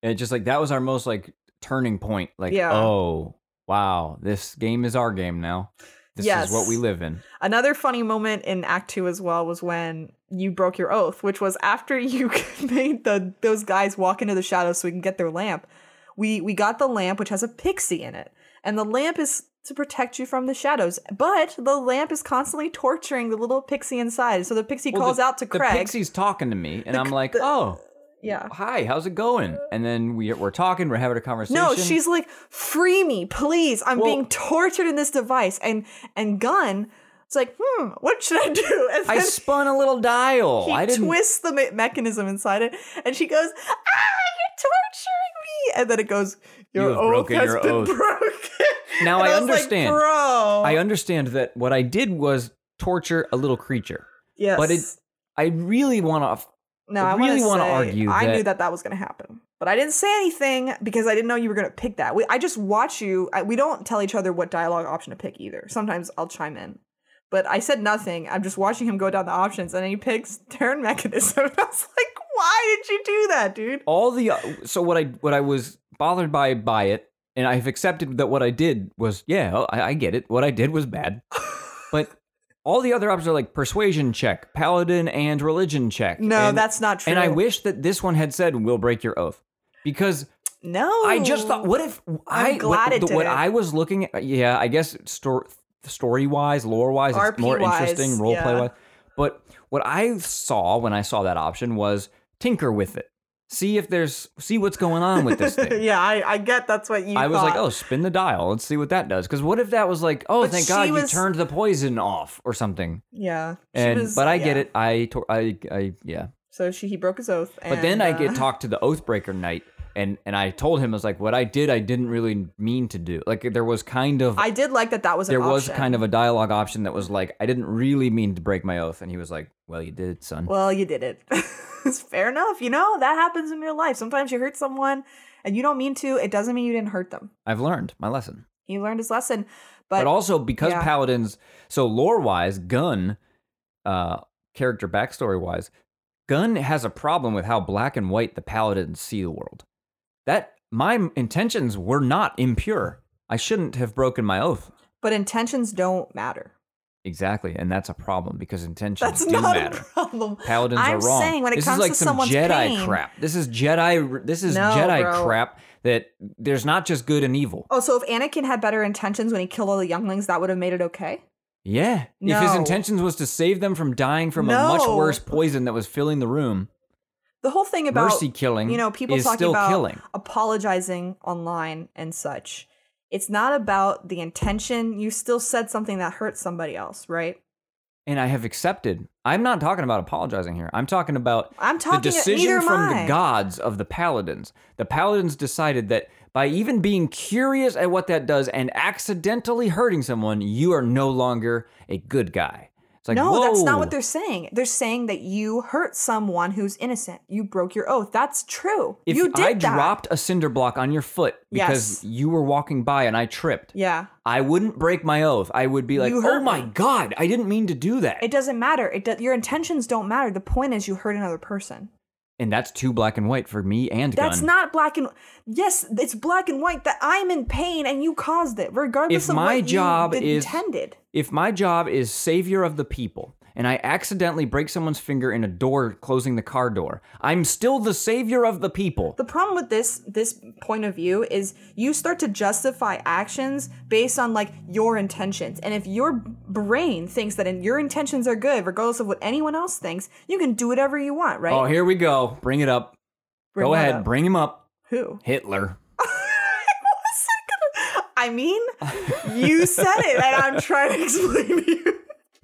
B: it just like that was our most like turning point. Like,
C: Yeah.
B: oh wow, this game is our game now. This is what
C: Yes.
B: we live in.
C: Another funny moment in Act Two as well was when you broke your oath, which was after you made the those guys walk into the shadows so we can get their lamp. We we got the lamp which has a pixie in it, and the lamp is to protect you from the shadows. But the lamp is constantly torturing the little pixie inside, so the pixie
B: Well,
C: calls out to
B: The
C: Craig.
B: pixie's talking to me, and
C: The
B: I'm
C: c-
B: like,
C: the-
B: oh.
C: yeah.
B: Hi, how's it going? And then we, we're talking, we're having a conversation.
C: No, she's like, free me, please. I'm
B: Well-
C: being tortured in this device. And and Gun, it's like, hmm, what should I do? And
B: I
C: then-
B: spun a little dial.
C: He
B: I didn't.
C: twists the me- mechanism inside it, and she goes, "Ah, you're torturing me!" And then it goes, "Your
B: have
C: oath
B: broken
C: has
B: your
C: been
B: oath."
C: broken."
B: Now
C: And
B: I
C: was like,
B: understand.
C: bro.
B: I understand that what I did was torture a little creature.
C: yes,
B: but it- I really want to.
C: No,
B: I
C: I wanna
B: really wanna
C: say,
B: argue
C: I
B: that-
C: knew that that was going to happen, but I didn't say anything because I didn't know you were going to pick that. We, I just watch you. I, we don't tell each other what dialogue option to pick either. Sometimes I'll chime in. But I said nothing. I'm just watching him go down the options, and then he picks turn mechanism. I was like, "Why did you do that, dude?"
B: All the uh, so what I what I was bothered by by it, and I've accepted that what I did was yeah, oh, I, I get it. What I did was bad, but all the other options are like persuasion check, paladin, and religion check.
C: No,
B: And-
C: that's not true.
B: And I wish that this one had said, "We'll break your oath," because
C: No,
B: I just thought, what if I
C: I'm
B: what,
C: glad it
B: the- what
C: didn't.
B: I was looking at? Yeah, I guess story story wise, lore wise, it's more
C: RP-wise,
B: interesting role play
C: yeah.
B: wise. But what I saw when I saw that option was tinker with it, see if there's see what's going on with this thing.
C: yeah, I, I get that's what you.
B: I was like,
C: thought.
B: oh, spin the dial. Let's see what that does. Because what if that was like, oh,
C: But
B: thank
C: she
B: God you
C: was-
B: turned the poison off or something.
C: yeah.
B: oh,
C: She
B: And
C: was-
B: but I get
C: yeah.
B: it. I tor- I I yeah.
C: So she he broke his oath, and,
B: But then I
C: uh,
B: get talked to the Oathbreaker Knight, and and I told him I was like, what I did, I didn't really mean to do. Like there was kind of
C: I did like that. That was an
B: there was
C: option.
B: kind of a dialogue option that was like, I didn't really mean to break my oath, and he was like, well, you did, son.
C: Well, you did it. it's fair enough. You know that happens in real life. Sometimes you hurt someone, and you don't mean to. It doesn't mean you didn't hurt them.
B: I've learned my lesson.
C: He learned his lesson.
B: But,
C: But,
B: also because
C: yeah.
B: paladins, so lore wise, Gun, uh, character backstory wise, Gun has a problem with how black and white the paladins see the world. That my intentions were not impure. I shouldn't have broken my oath.
C: but intentions don't matter.
B: Exactly, and that's a problem because intentions
C: That's
B: do
C: not
B: matter.
C: a problem.
B: Paladins
C: I'm
B: are wrong.
C: saying when it
B: this
C: comes
B: is like
C: to
B: some
C: someone's
B: Jedi
C: pain-
B: crap. This is Jedi. This is
C: No,
B: Jedi
C: bro.
B: crap that there's not just good and evil.
C: Oh, so if Anakin had better intentions when he killed all the younglings, that would have made it okay.
B: Yeah, if his
C: No.
B: intentions was to save them from dying from a much
C: No.
B: worse poison that was filling the room,
C: The whole thing about
B: mercy killing,
C: you know, people
B: is
C: talking
B: still
C: about
B: killing.
C: apologizing online and such. It's not about the intention. You still said something that hurt somebody else, right?
B: And I have accepted. I'm not talking about apologizing here. I'm talking about
C: I'm talking.
B: the
C: neither
B: decision
C: am
B: from
C: I.
B: the gods of the paladins. The paladins decided that by even being curious at what that does and accidentally hurting someone, you are no longer a good guy. It's like,
C: no, that's not
B: whoa.
C: what they're saying. They're saying that you hurt someone who's innocent. You broke your oath. That's true.
B: If
C: you did
B: I
C: that.
B: dropped a cinder block on your foot because
C: Yes.
B: you were walking by and I tripped,
C: yeah,
B: I wouldn't break my oath. I would be like,
C: You hurt
B: "Oh my
C: me."
B: god, I didn't mean to do that."
C: it doesn't matter. It do- your intentions don't matter. The point is, you hurt another person.
B: And that's too black and white for me and
C: That's
B: Gun.
C: not black and yes, it's black and white that I'm in pain and you caused it, regardless
B: If
C: of
B: my
C: what
B: job
C: you d-
B: is-
C: intended.
B: if my job is savior of the people and I accidentally break someone's finger in a door closing the car door, I'm still the savior of the people.
C: The problem with this this point of view is you start to justify actions based on like your intentions. And if your brain thinks that in, your intentions are good, regardless of what anyone else thinks, you can do whatever you want, right?
B: Oh, here we go. Bring it up.
C: Bring
B: go
C: that
B: ahead.
C: up.
B: Bring him up.
C: Who?
B: Hitler.
C: I mean, you said it, and I'm trying to explain to you.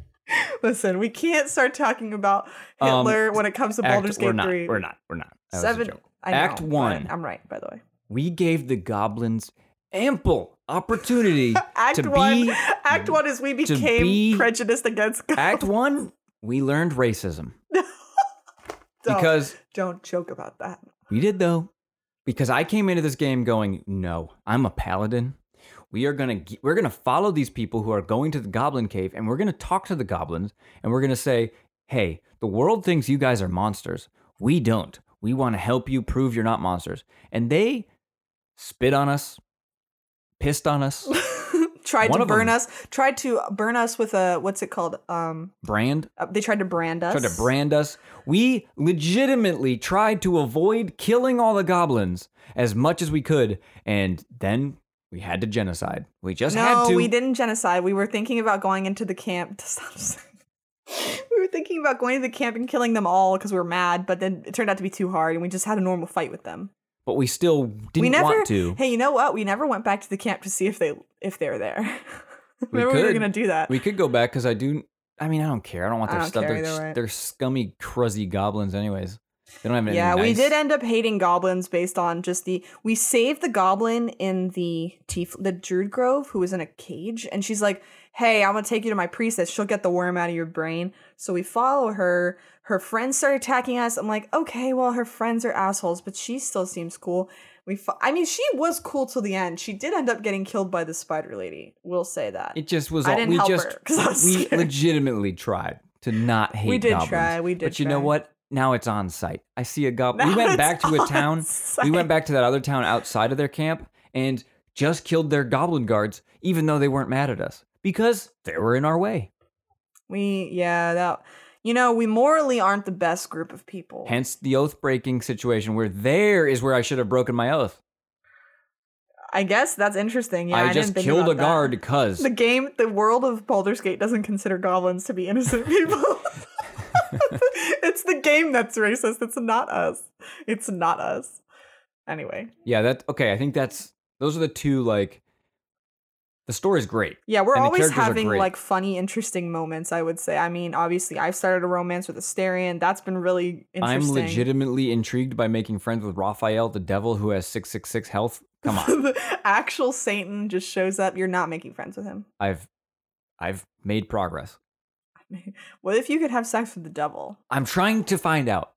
C: Listen, we can't start talking about
B: Um,
C: Hitler when it comes to
B: Act-
C: Baldur's
B: we're
C: Gate
B: not.
C: 3.
B: We're not. We're not. That was a
C: Seven.
B: joke.
C: I know,
B: Act
C: but
B: one.
C: I'm right, by the way.
B: We gave the goblins ample opportunity
C: Act
B: to
C: one.
B: be.
C: act one is we
B: to
C: became
B: be-
C: prejudiced against God.
B: Act one, we learned racism
C: Don't-
B: because
C: don't joke about that.
B: We did though, because I came into this game going, "No, I'm a paladin. We are gonna ge- we're gonna follow these people who are going to the goblin cave, and we're gonna talk to the goblins, and we're gonna say, "Hey, the world thinks you guys are monsters. We don't. We want to help you prove you're not monsters." And they spit on us, pissed on us,
C: tried
B: One
C: to
B: of
C: burn
B: them-
C: us. Tried to burn us with a what's it called? Um,
B: brand
C: uh, they tried to brand us.
B: tried to brand us. We legitimately tried to avoid killing all the goblins as much as we could, and then we had to genocide. We just
C: No,
B: had to.
C: we didn't genocide. We were thinking about going into the camp. Stop saying- we were thinking about going to the camp and killing them all because we were mad, but then it turned out to be too hard, and we just had a normal fight with them.
B: but we still didn't
C: we never.
B: want to.
C: Hey, you know what? We never went back to the camp to see if they if they were there. Remember we were
B: could.
C: gonna do that.
B: We could go back because I do. I mean, I don't care. I don't want
C: I
B: their
C: don't
B: stuff.
C: care
B: They're,
C: either
B: s-
C: way.
B: they're scummy, cruzzy goblins, anyways. They don't have anything.
C: yeah, we
B: nice.
C: did end up hating goblins based on just the we saved the goblin in the tief the Druid Grove who was in a cage and she's like, "Hey, I'm going to take you to my priestess. She'll get the worm out of your brain." So we follow her. Her friends start attacking us. I'm like, "Okay, well her friends are assholes, but she still seems cool." We fo- I mean, she was cool till the end. She did end up getting killed by the spider lady. We'll say that.
B: It just was.
C: I
B: all-
C: didn't
B: we
C: help
B: just
C: her 'cause I was
B: we
C: scared.
B: legitimately tried to not hate.
C: we did
B: goblins.
C: try. We did
B: But you know
C: try.
B: what? Now it's on site. I see a goblin.
C: Now
B: We went
C: it's
B: back to a
C: on
B: town. We
C: site.
B: went back to that other town outside of their camp and just killed their goblin guards, even though they weren't mad at us because they were in our way.
C: We yeah, that you know, we morally aren't the best group of people.
B: Hence the oath breaking situation where there is where I should have broken my oath.
C: I guess that's interesting. Yeah,
B: I,
C: didn't
B: just
C: think
B: killed
C: about
B: a
C: that.
B: guard because
C: The game, the world of Baldur's Gate doesn't consider goblins to be innocent people. it's the game that's racist. It's not us. It's not us. Anyway,
B: yeah, that okay. I think that's those are the two like. The story's great.
C: yeah, we're
B: And the
C: always
B: characters are
C: having
B: great.
C: like funny, interesting moments. I would say. I mean, obviously, I've started a romance with Asterion. That's been really
B: I'm
C: interesting.
B: legitimately intrigued by making friends with Raphael, the devil who has six six six health. Come on,
C: the actual Satan just shows up. You're not making friends with him.
B: I've I've made progress.
C: What if you could have sex with the devil?
B: I'm trying to find out.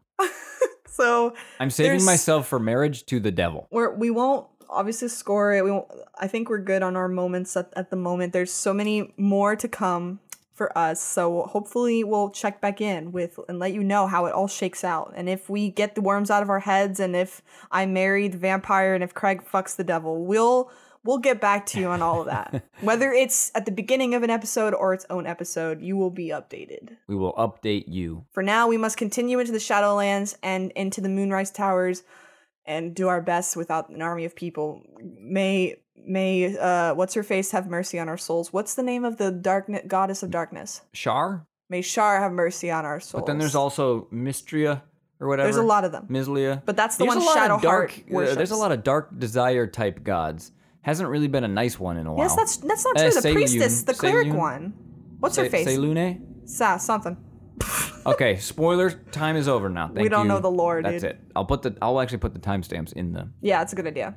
C: So
B: I'm saving
C: There's-
B: myself for marriage to the devil.
C: we're we won't obviously score it. We won't, I think we're good on our moments at, at the moment. There's so many more to come for us. So hopefully we'll check back in with and let you know how it all shakes out and if we get the worms out of our heads and if I marry the vampire and if Craig fucks the devil. We'll we'll get back to you on all of that. Whether it's at the beginning of an episode or its own episode, you will be updated.
B: We will update you.
C: For now, we must continue into the Shadowlands and into the Moonrise Towers, and do our best without an army of people. May may uh, what's her face have mercy on our souls. What's the name of the darkness goddess of darkness?
B: Shar?
C: May Shar have mercy on our souls.
B: But then there's also Mystria or whatever.
C: there's a lot of them,
B: Mislia.
C: but that's the
B: there's
C: one
B: a lot
C: Shadowheart
B: of dark uh,
C: worships.
B: there's a lot of dark desire type gods. Hasn't really been a nice one in a while.
C: yes, that's that's not
B: Uh,
C: true. the
B: Seiyun-
C: priestess, the cleric
B: Seiyun?
C: one. What's her
B: Se-
C: face?
B: Selune?
C: Sa something.
B: Okay, spoiler time is over now. Thank
C: don't
B: you.
C: know the lore,
B: That's
C: dude.
B: it. I'll put the I'll actually put the timestamps in the
C: Yeah, it's a good idea.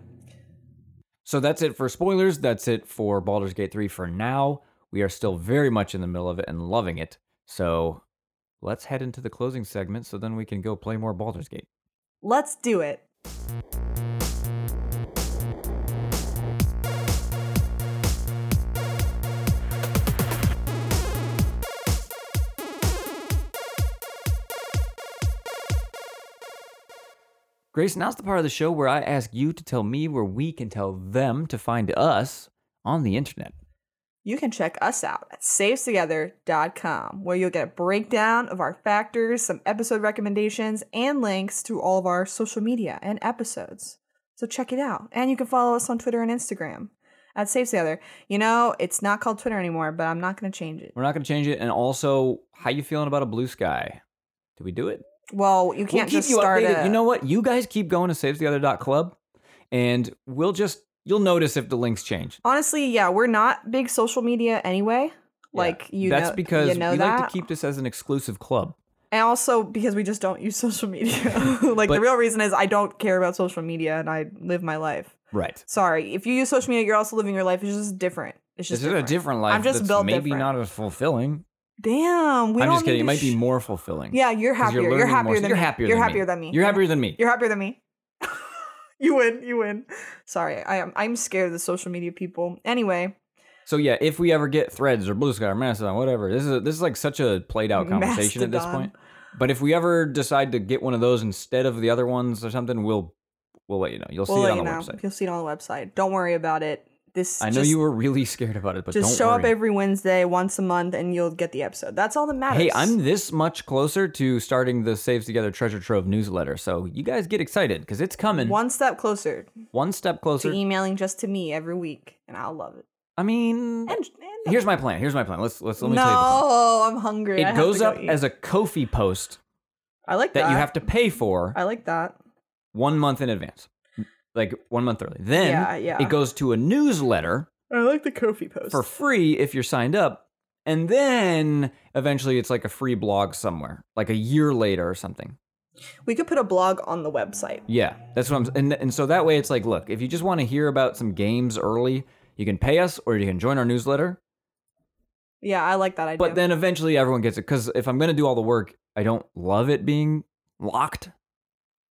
B: So that's it for spoilers. That's it for Baldur's Gate 3 for now. We are still very much in the middle of it and loving it. So let's head into the closing segment so then we can go play more Baldur's Gate.
C: Let's do it.
B: Grace, now's the part of the show where I ask you to tell me where we can tell them to find us on the internet.
C: You can check us out at savestogether.com, where you'll get a breakdown of our factors, some episode recommendations, and links to all of our social media and episodes. So check it out. And you can follow us on Twitter and Instagram at Saves Together. You know, it's not called Twitter anymore, but I'm not going to change it.
B: We're not going to change it. And also, how you feeling about a blue sky? Do we do it?
C: Well, you can't
B: we'll
C: just
B: keep you
C: start
B: updated.
C: a-
B: You know what? You guys keep going to savestheother.club and we'll just you'll notice if the links change.
C: Honestly, yeah, we're not big social media anyway.
B: Yeah.
C: Like you
B: That's
C: know,
B: because
C: you know
B: we
C: that.
B: like to keep this as an exclusive club.
C: and also because we just don't use social media. like
B: But-
C: the real reason is I don't care about social media and I live my life.
B: Right.
C: Sorry, if you use social media, you're also living your life. It's just different. It's
B: This
C: just
B: is a different life.
C: I'm just
B: that's
C: built
B: maybe
C: different.
B: not as fulfilling.
C: Damn, we
B: I'm
C: don't
B: just kidding. It
C: need to
B: might be
C: sh-
B: more fulfilling.
C: Yeah, you're
B: 'Cause
C: happier. You're,
B: learning
C: happier
B: more-
C: than
B: you're
C: me.
B: happier
C: You're
B: than
C: happier
B: me.
C: than me.
B: You're happier than me.
C: You're happier than me. you win. You win. Sorry, I am. I'm scared of the social media people. Anyway,
B: So yeah, if we ever get threads or blue sky or Mastodon, whatever, this is a, this is like such a played out conversation at this
C: Mastodon.
B: point. But if we ever decide to get one of those instead of the other ones or something, we'll we'll let you know. You'll
C: we'll
B: see it
C: let
B: on
C: you
B: the
C: know.
B: website.
C: You'll see it on the website. Don't worry about it. This.
B: I know
C: just-
B: you were really scared about it, but
C: Just
B: don't
C: show up
B: worry.
C: every Wednesday, once a month, and you'll get the episode. That's all that matters.
B: Hey, I'm this much closer to starting the Saves Together Treasure Trove newsletter, so you guys get excited because it's coming. One,
C: one step closer
B: step
C: to
B: closer.
C: emailing just to me every week, and I'll love it.
B: I mean,
C: And, and
B: here's my plan. Here's my plan. Let's let's let me
C: no,
B: tell you. The plan.
C: I'm hungry. I
B: It
C: have to
B: goes
C: go
B: up
C: eat.
B: as a Kofi post
C: I like that.
B: that you have to pay for
C: I like that.
B: one month in advance, like one month early. Then
C: yeah, yeah.
B: it goes to a newsletter
C: I like the Kofi post.
B: for free if you're signed up. And then eventually it's like a free blog somewhere, like a year later or something.
C: we could put a blog on the website.
B: Yeah, that's what I'm and and so that way it's like, look, if you just want to hear about some games early, you can pay us or you can join our newsletter.
C: Yeah, I like that idea.
B: But then eventually everyone gets it cuz if I'm going to do all the work, I don't love it being locked.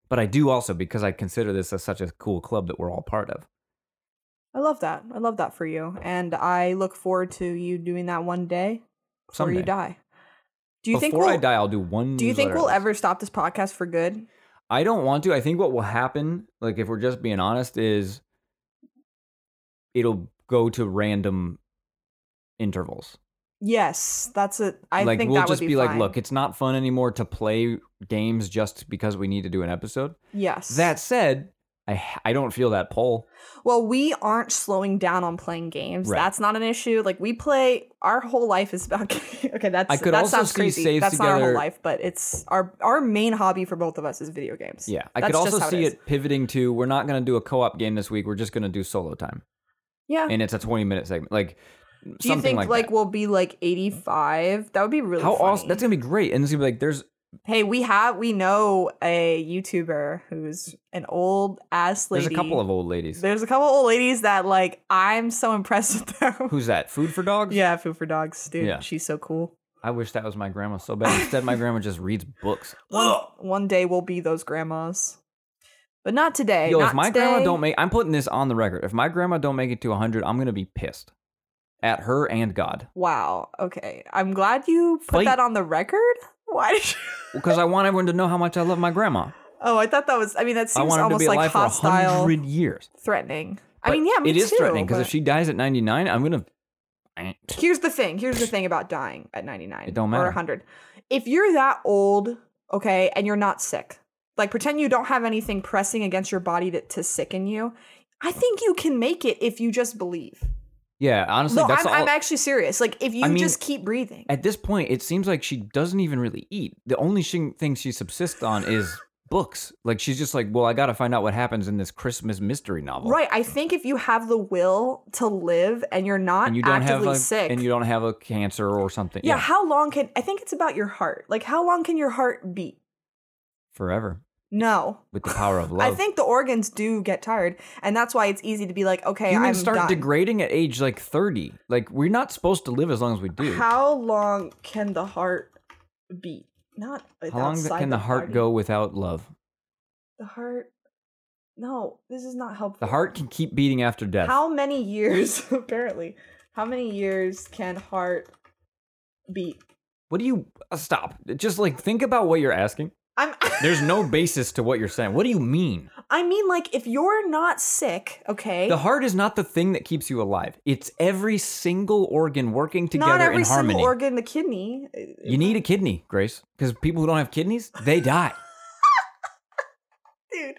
B: But I do also because I consider this as such a cool club that we're all part of.
C: I love that. I love that for you, and I look forward to you doing that one day before
B: Someday.
C: you die. Do you
B: Before
C: think we'll,
B: I die, I'll do one
C: Do you think
B: newsletter
C: we'll
B: at least.
C: ever stop this podcast for good?
B: I don't want to. I think what will happen, like if we're just being honest, is it'll go to random intervals.
C: Yes, that's it. I
B: like
C: think
B: we'll
C: that
B: just
C: would
B: be,
C: be,
B: like,
C: fine.
B: look, it's not fun anymore to play games just because we need to do an episode.
C: Yes,
B: That said, I I don't feel that pull.
C: well, we aren't slowing down on playing games.
B: Right.
C: That's not an issue. Like we play, our whole life is about. okay, that's
B: I could
C: that
B: also
C: sounds
B: see
C: crazy.
B: Saves
C: that's not our
B: Together-
C: whole life, but it's our our main hobby for both of us is video games.
B: Yeah, I
C: That's
B: could also
C: just how it
B: see
C: is.
B: it pivoting to we're not going to do a co-op game this week. We're just going to do solo time,
C: yeah.
B: and it's a twenty minute segment. Like
C: Oh. Do you
B: something
C: think
B: like,
C: like, we'll be like 85? That would be
B: that.
C: really
B: How
C: funny.
B: awesome! That's gonna be great, and it's gonna be like there's
C: hey, we have we know a YouTuber who's an old ass lady.
B: there's a couple of old ladies.
C: there's a couple old ladies that like I'm so impressed with them.
B: Who's that? Food for dogs?
C: yeah, food for dogs, dude.
B: Yeah.
C: She's so cool.
B: I wish that was my grandma so bad. Instead, my grandma just reads books.
C: One, one day we'll be those grandmas, but not today.
B: Yo,
C: not
B: if my
C: today.
B: grandma don't make, I'm putting this on the record. If my grandma don't make it to 100, I'm gonna be pissed at her and God
C: Wow. Okay. I'm glad you put
B: Fight.
C: that on the record. Why did you?
B: because I want everyone to know how much I love my grandma.
C: Oh, I thought that was. I mean, that
B: I
C: seems
B: want her to
C: almost
B: be
C: like
B: alive for a
C: hostile,
B: 100 years.
C: threatening. I
B: But
C: mean, yeah, me
B: it is
C: too,
B: threatening because if
C: but-
B: she dies at 99, I'm gonna. I
C: Here's the thing. Here's the thing about dying at 99
B: It don't
C: or
B: matter.
C: 100. If you're that old, okay, and you're not sick, like pretend you don't have anything pressing against your body to, to sicken you, I think you can make it if you just believe.
B: Yeah, honestly,
C: no,
B: that's
C: I'm,
B: all.
C: I'm actually serious. Like if you
B: I mean-
C: just keep breathing.
B: at this point, it seems like she doesn't even really eat. The only shing- thing she subsists on is books. Like she's just like, well, I gotta find out what happens in this Christmas mystery novel.
C: Right. I think if you have the will to live and you're not
B: and you don't have
C: actively
B: a,
C: sick.
B: and you don't have a cancer or something.
C: yeah, how long can I think it's about your heart. Like how long can your heart beat?
B: forever
C: No.
B: with the power of love.
C: I think the organs do get tired, and that's why it's easy to be like, okay,
B: humans
C: I'm
B: start
C: done.
B: degrading at age like thirty. Like we're not supposed to live as long as we do.
C: How long can the heart beat? Not
B: How long
C: outside
B: can the heart
C: body.
B: go without love?
C: The heart. No, this is not helpful.
B: The heart can keep beating after death.
C: How many years? apparently, how many years can heart beat?
B: What do you uh, stop? Just like think about what you're asking.
C: I'm
B: There's no basis to what you're saying. What do you mean?
C: I mean like if you're not sick, okay?
B: The heart is not the thing that keeps you alive. It's every single organ working together
C: not every
B: in
C: single
B: harmony.
C: organ, the kidney. uh,
B: you need a kidney, Grace, because people who don't have kidneys, they die.
C: Dude.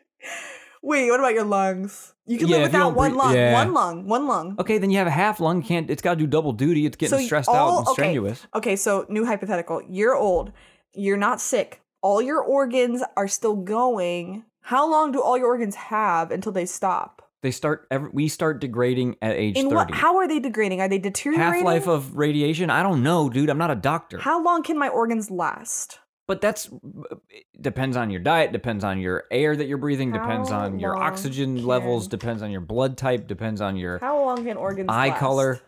C: Wait, what about your lungs? You can
B: Yeah,
C: live
B: if you
C: without
B: don't
C: one
B: breathe-
C: lung,
B: yeah.
C: one lung, one lung.
B: Okay, then you have a half lung. Can't it's got to do double duty? It's getting
C: So you-
B: stressed
C: all-
B: out and
C: okay.
B: strenuous.
C: Okay, so new hypothetical. You're old. You're not sick. All your organs are still going. How long do all your organs have until they stop?
B: They start. Every, we start degrading at age
C: In what?
B: thirty.
C: How are they degrading? Are they deteriorating?
B: half life of radiation. I don't know, dude. I'm not a doctor.
C: How long can my organs last?
B: but that's it depends on your diet. Depends on your air that you're breathing. depends
C: How
B: on your
C: long
B: oxygen
C: can-
B: levels. Depends on your blood type. Depends on your
C: How long can organs?
B: eye
C: last?
B: color.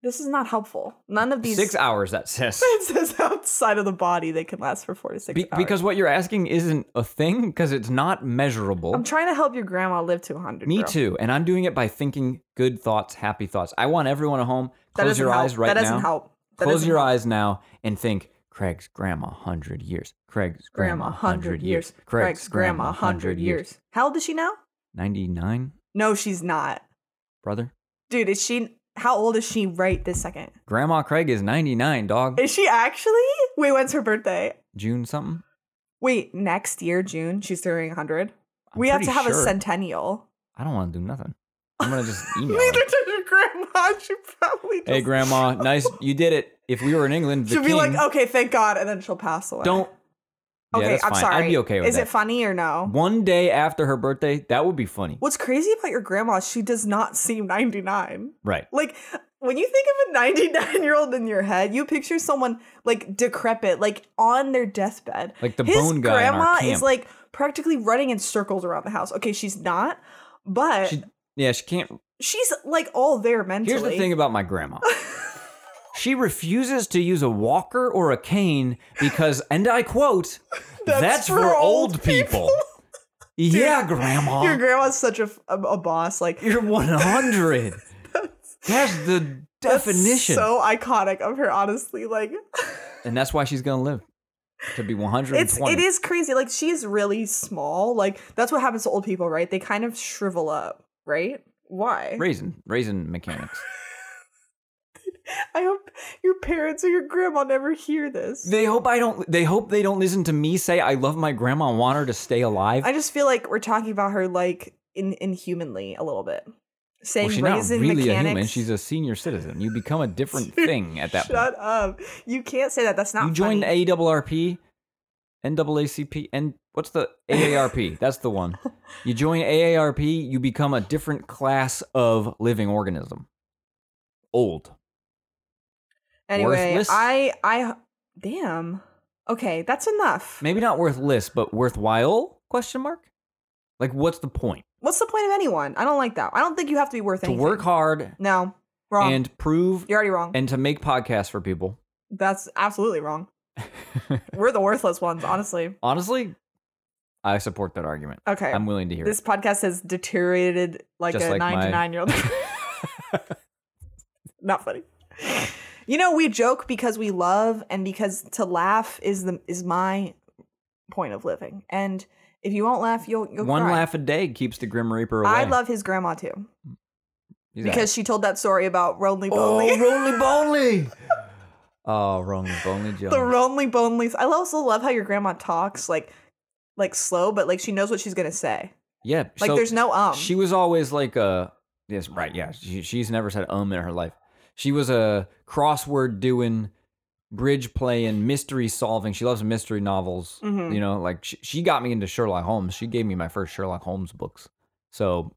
C: This is not helpful. None of these
B: Six hours. That says.
C: it says outside of the body they can last for four to six
B: Be-
C: hours.
B: because what you're asking isn't a thing because it's not measurable.
C: I'm trying to help your grandma live to 100.
B: Me
C: bro.
B: too, and I'm doing it by thinking good thoughts, happy thoughts. I want everyone at home
C: That
B: close
C: doesn't
B: your
C: help.
B: eyes right
C: That
B: now.
C: doesn't help. That
B: close
C: doesn't
B: your
C: help.
B: eyes now and think Craig's grandma 100 years. Craig's grandma 100 years.
C: Craig's grandma 100 years. How old is she now?
B: 99,
C: No, she's not.
B: brother.
C: Dude, is she how old is she right this second?
B: Grandma Craig is 99, dog.
C: Is she actually? Wait, when's her birthday?
B: June something.
C: Wait, next year, June, she's turning 100.
B: I'm
C: we have
B: pretty
C: to have a
B: sure.
C: centennial.
B: I don't want to do nothing. I'm going to just email.
C: Neither
B: her.
C: does your grandma. She probably just,
B: Hey, grandma, nice. You did it. If we were in England, the
C: She'll be like,
B: king-
C: okay, thank God, and then she'll pass away.
B: don't. Yeah,
C: Okay,
B: that's
C: I'm
B: fine.
C: sorry.
B: I'd be okay with
C: Is
B: that.
C: it funny or no?
B: One day after her birthday, that would be funny.
C: What's crazy about your grandma, she does not seem 99.
B: Right.
C: Like when you think of a 99 year old in your head, you picture someone like decrepit, like on their deathbed.
B: Like the
C: His
B: bone guy in our
C: grandma is
B: camp.
C: like practically running in circles around the house. Okay, she's not, but
B: She, yeah, she can't.
C: she's like all there mentally.
B: Here's the thing about my grandma. She refuses to use a walker or a cane because, and I quote, that's, for, old people. yeah, grandma.
C: Your
B: You're,
C: grandma's such a, f- a- a boss. Like
B: 100. that's the
C: that's
B: definition.
C: so iconic of her, honestly. Like
B: and that's why she's going to live to be 120.
C: it's it is crazy. Like she is really small. Like that's what happens to old people, right? They kind of shrivel up, right? Why?
B: Raisin, raisin mechanics.
C: I hope your parents or your grandma never hear this.
B: They hope I don't. They hope they don't listen to me say I love my grandma and want her to stay alive.
C: I just feel like we're talking about her like in inhumanly a little bit. Saying
B: well, she's not
C: raisin
B: really
C: mechanics.
B: a human. She's a senior citizen. You become a different thing at that point.
C: Shut up. You can't say that. That's not
B: you joined
C: funny.
B: AARP, NAACP, and what's the AARP? That's the one. You join AARP, you become a different class of living organism. Old.
C: anyway,
B: worthless?
C: I I damn. Okay, that's enough.
B: Maybe not worthless, but worthwhile? Question mark. Like, what's the point?
C: What's the point of anyone? I don't like that. I don't think you have to be worth anything.
B: To work hard
C: No. Wrong.
B: and prove
C: You're already wrong.
B: and to make podcasts for people.
C: That's absolutely wrong. We're the worthless ones, honestly.
B: Honestly, I support that argument.
C: Okay.
B: I'm willing to hear
C: this podcast has deteriorated like
B: Just
C: a
B: like my-
C: 99 year old.
B: it.
C: Not funny. You know, we joke because we love and because to laugh is the is my point of living. And if you won't laugh, you'll you'll
B: One
C: cry.
B: laugh a day keeps the Grim Reaper away.
C: I love his grandma too
B: He's out.
C: because she told that story about Ronly
B: Oh,
C: Bonely.
B: Ronly Bonely. oh, Ronly Bonely Jones.
C: the Ronly Bonelys. I also love how your grandma talks like like slow, but like she knows what she's gonna say.
B: yeah,
C: Like
B: so
C: there's no um.
B: she was always like a yes, right, yeah. She, she's never said um in her life. She was a crossword doing, bridge playing, mystery solving. She loves mystery novels.
C: Mhm.
B: You know, like she, she got me into Sherlock Holmes. She gave me my first Sherlock Holmes books. So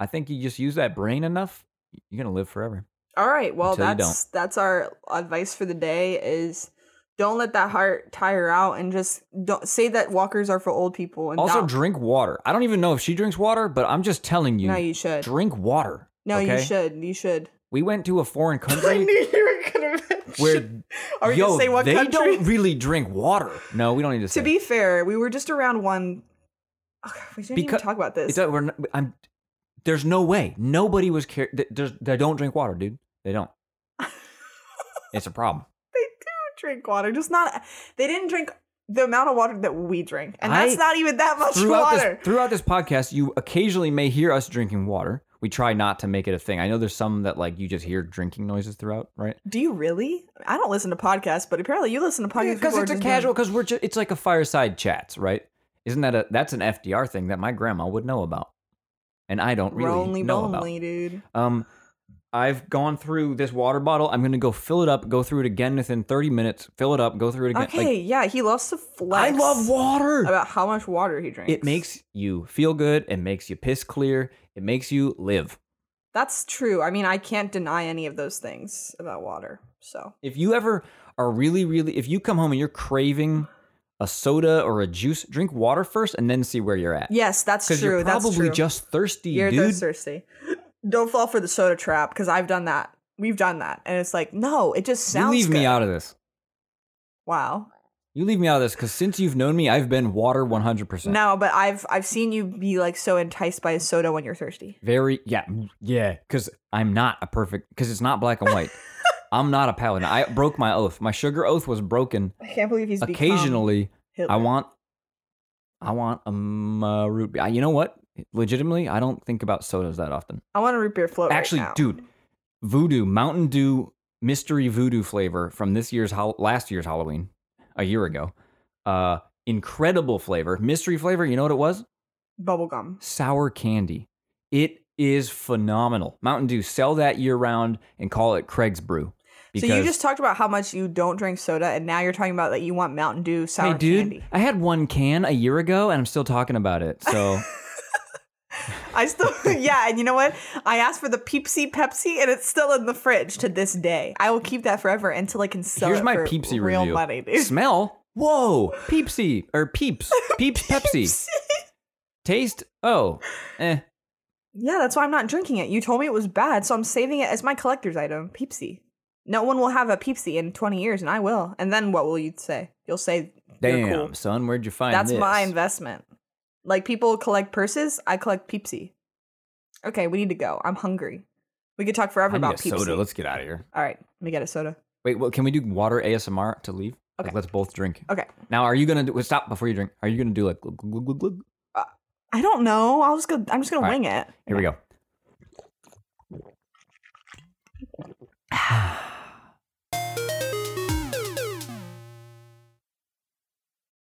B: I think you just use that brain enough, you're gonna live forever.
C: All right. Well,
B: Until you
C: that's that's our advice for the day is don't let that heart tire out and just don't say that walkers are for old people and
B: Also,
C: that-
B: drink water. I don't even know if she drinks water, but I'm just telling you,
C: No, you should.
B: drink water.
C: No,
B: okay?
C: you should. You should.
B: We went to a foreign country
C: you were gonna mention.
B: where
C: Are we
B: yo,
C: gonna say what
B: they
C: country?
B: don't really drink water. No, we don't need to say.
C: to be fair, we were just around one. Ugh, we didn't even
B: Because-
C: talk about this.
B: it's a, we're not, I'm, there's no way. Nobody was care. th- There's, they don't drink water, dude. They don't. it's a problem.
C: they do drink water, just not. They didn't drink the amount of water that we drink, and
B: I-
C: that's not even that much
B: throughout
C: water.
B: this throughout this podcast, you occasionally may hear us drinking water. We try not to make it a thing. I know there's some that like you just hear drinking noises throughout, right?
C: Do you really? I don't listen to podcasts, but apparently you listen to podcasts
B: Because
C: people are
B: it's a
C: just
B: casual. Because we're just, it's like a fireside chats, right? Isn't that a that's an FDR thing that my grandma would know about, and I don't
C: doing
B: really
C: Lonely,
B: know
C: lonely, dude.
B: about. Um, I've gone through this water bottle. I'm gonna go fill it up. Go through it again within 30 minutes. Fill it up. Go through it again.
C: Okay, yeah, he loves to
B: Like,
C: flex.
B: I love water.
C: about how much water he drinks.
B: It makes you feel good. It makes you piss clear. It makes you live.
C: that's true. I mean, I can't deny any of those things about water. So
B: If you ever are really, really, if you come home and you're craving a soda or a juice, drink water first and then see where you're at.
C: yes, that's
B: Because
C: true.
B: you're
C: that's
B: probably
C: true.
B: just thirsty,
C: You're
B: dude.
C: thirst thirsty. Don't fall for the soda trap because I've done that. We've done that, and it's like no, it just
B: you
C: sounds.
B: leave
C: good.
B: me out of this.
C: Wow.
B: You leave me out of this because since you've known me, I've been water 100%.
C: No, but I've I've seen you be like so enticed by a soda when you're thirsty.
B: Very, yeah, mm, yeah, because I'm not a perfect, because it's not black and white. I'm not a paladin. I broke my oath. My sugar oath was broken.
C: I can't believe he's
B: Occasionally, I want, I want um, uh, root beer. You know what? Legitimately, I don't think about sodas that often.
C: I want a root beer float. right
B: Actually,
C: now.
B: dude, Voodoo Mountain Dew mystery Voodoo flavor from this year's hol- last year's Halloween, a year ago. Uh, incredible flavor, mystery flavor. You know what it was?
C: bubble gum.
B: Sour candy. It is phenomenal. Mountain Dew sell that year round and call it Craig's Brew.
C: so you just talked about how much you don't drink soda, and now you're talking about that you want Mountain Dew sour
B: hey, dude,
C: candy.
B: I had one can a year ago and I'm still talking about it. So
C: I still, yeah, and you know what? I asked for the Peepsy Pepsi, and it's still in the fridge to this day. I will keep that forever until I can sell
B: here's
C: it
B: my
C: for
B: Peepsy
C: real
B: review.
C: money, dude.
B: Smell. Whoa, Peepsy or Peeps, Peeps Pepsi. Taste. Oh, eh.
C: Yeah, that's why I'm not drinking it. You told me it was bad, so I'm saving it as my collector's item, Peepsy. No one will have a Peepsy in 20 years, and I will. And then what will you say? You'll say, "You're
B: Damn,
C: cool."
B: son, where'd you find
C: That's
B: this?
C: my investment. Like people collect purses, I collect Peepsy. Okay, we need to go. I'm hungry. We could talk
B: I
C: forever
B: need
C: about
B: a
C: Peepsy.
B: soda. Let's get out of here.
C: All right, let me get a soda.
B: Wait, well, can we do water ASMR to leave? Like,
C: Okay.
B: let's both drink.
C: Okay.
B: Now, are you gonna do, well, stop before you drink? Are you gonna do like glug, glug, glug, glug?
C: I don't know. I'll just go. I'm just gonna
B: All right.
C: wing it.
B: Here we go.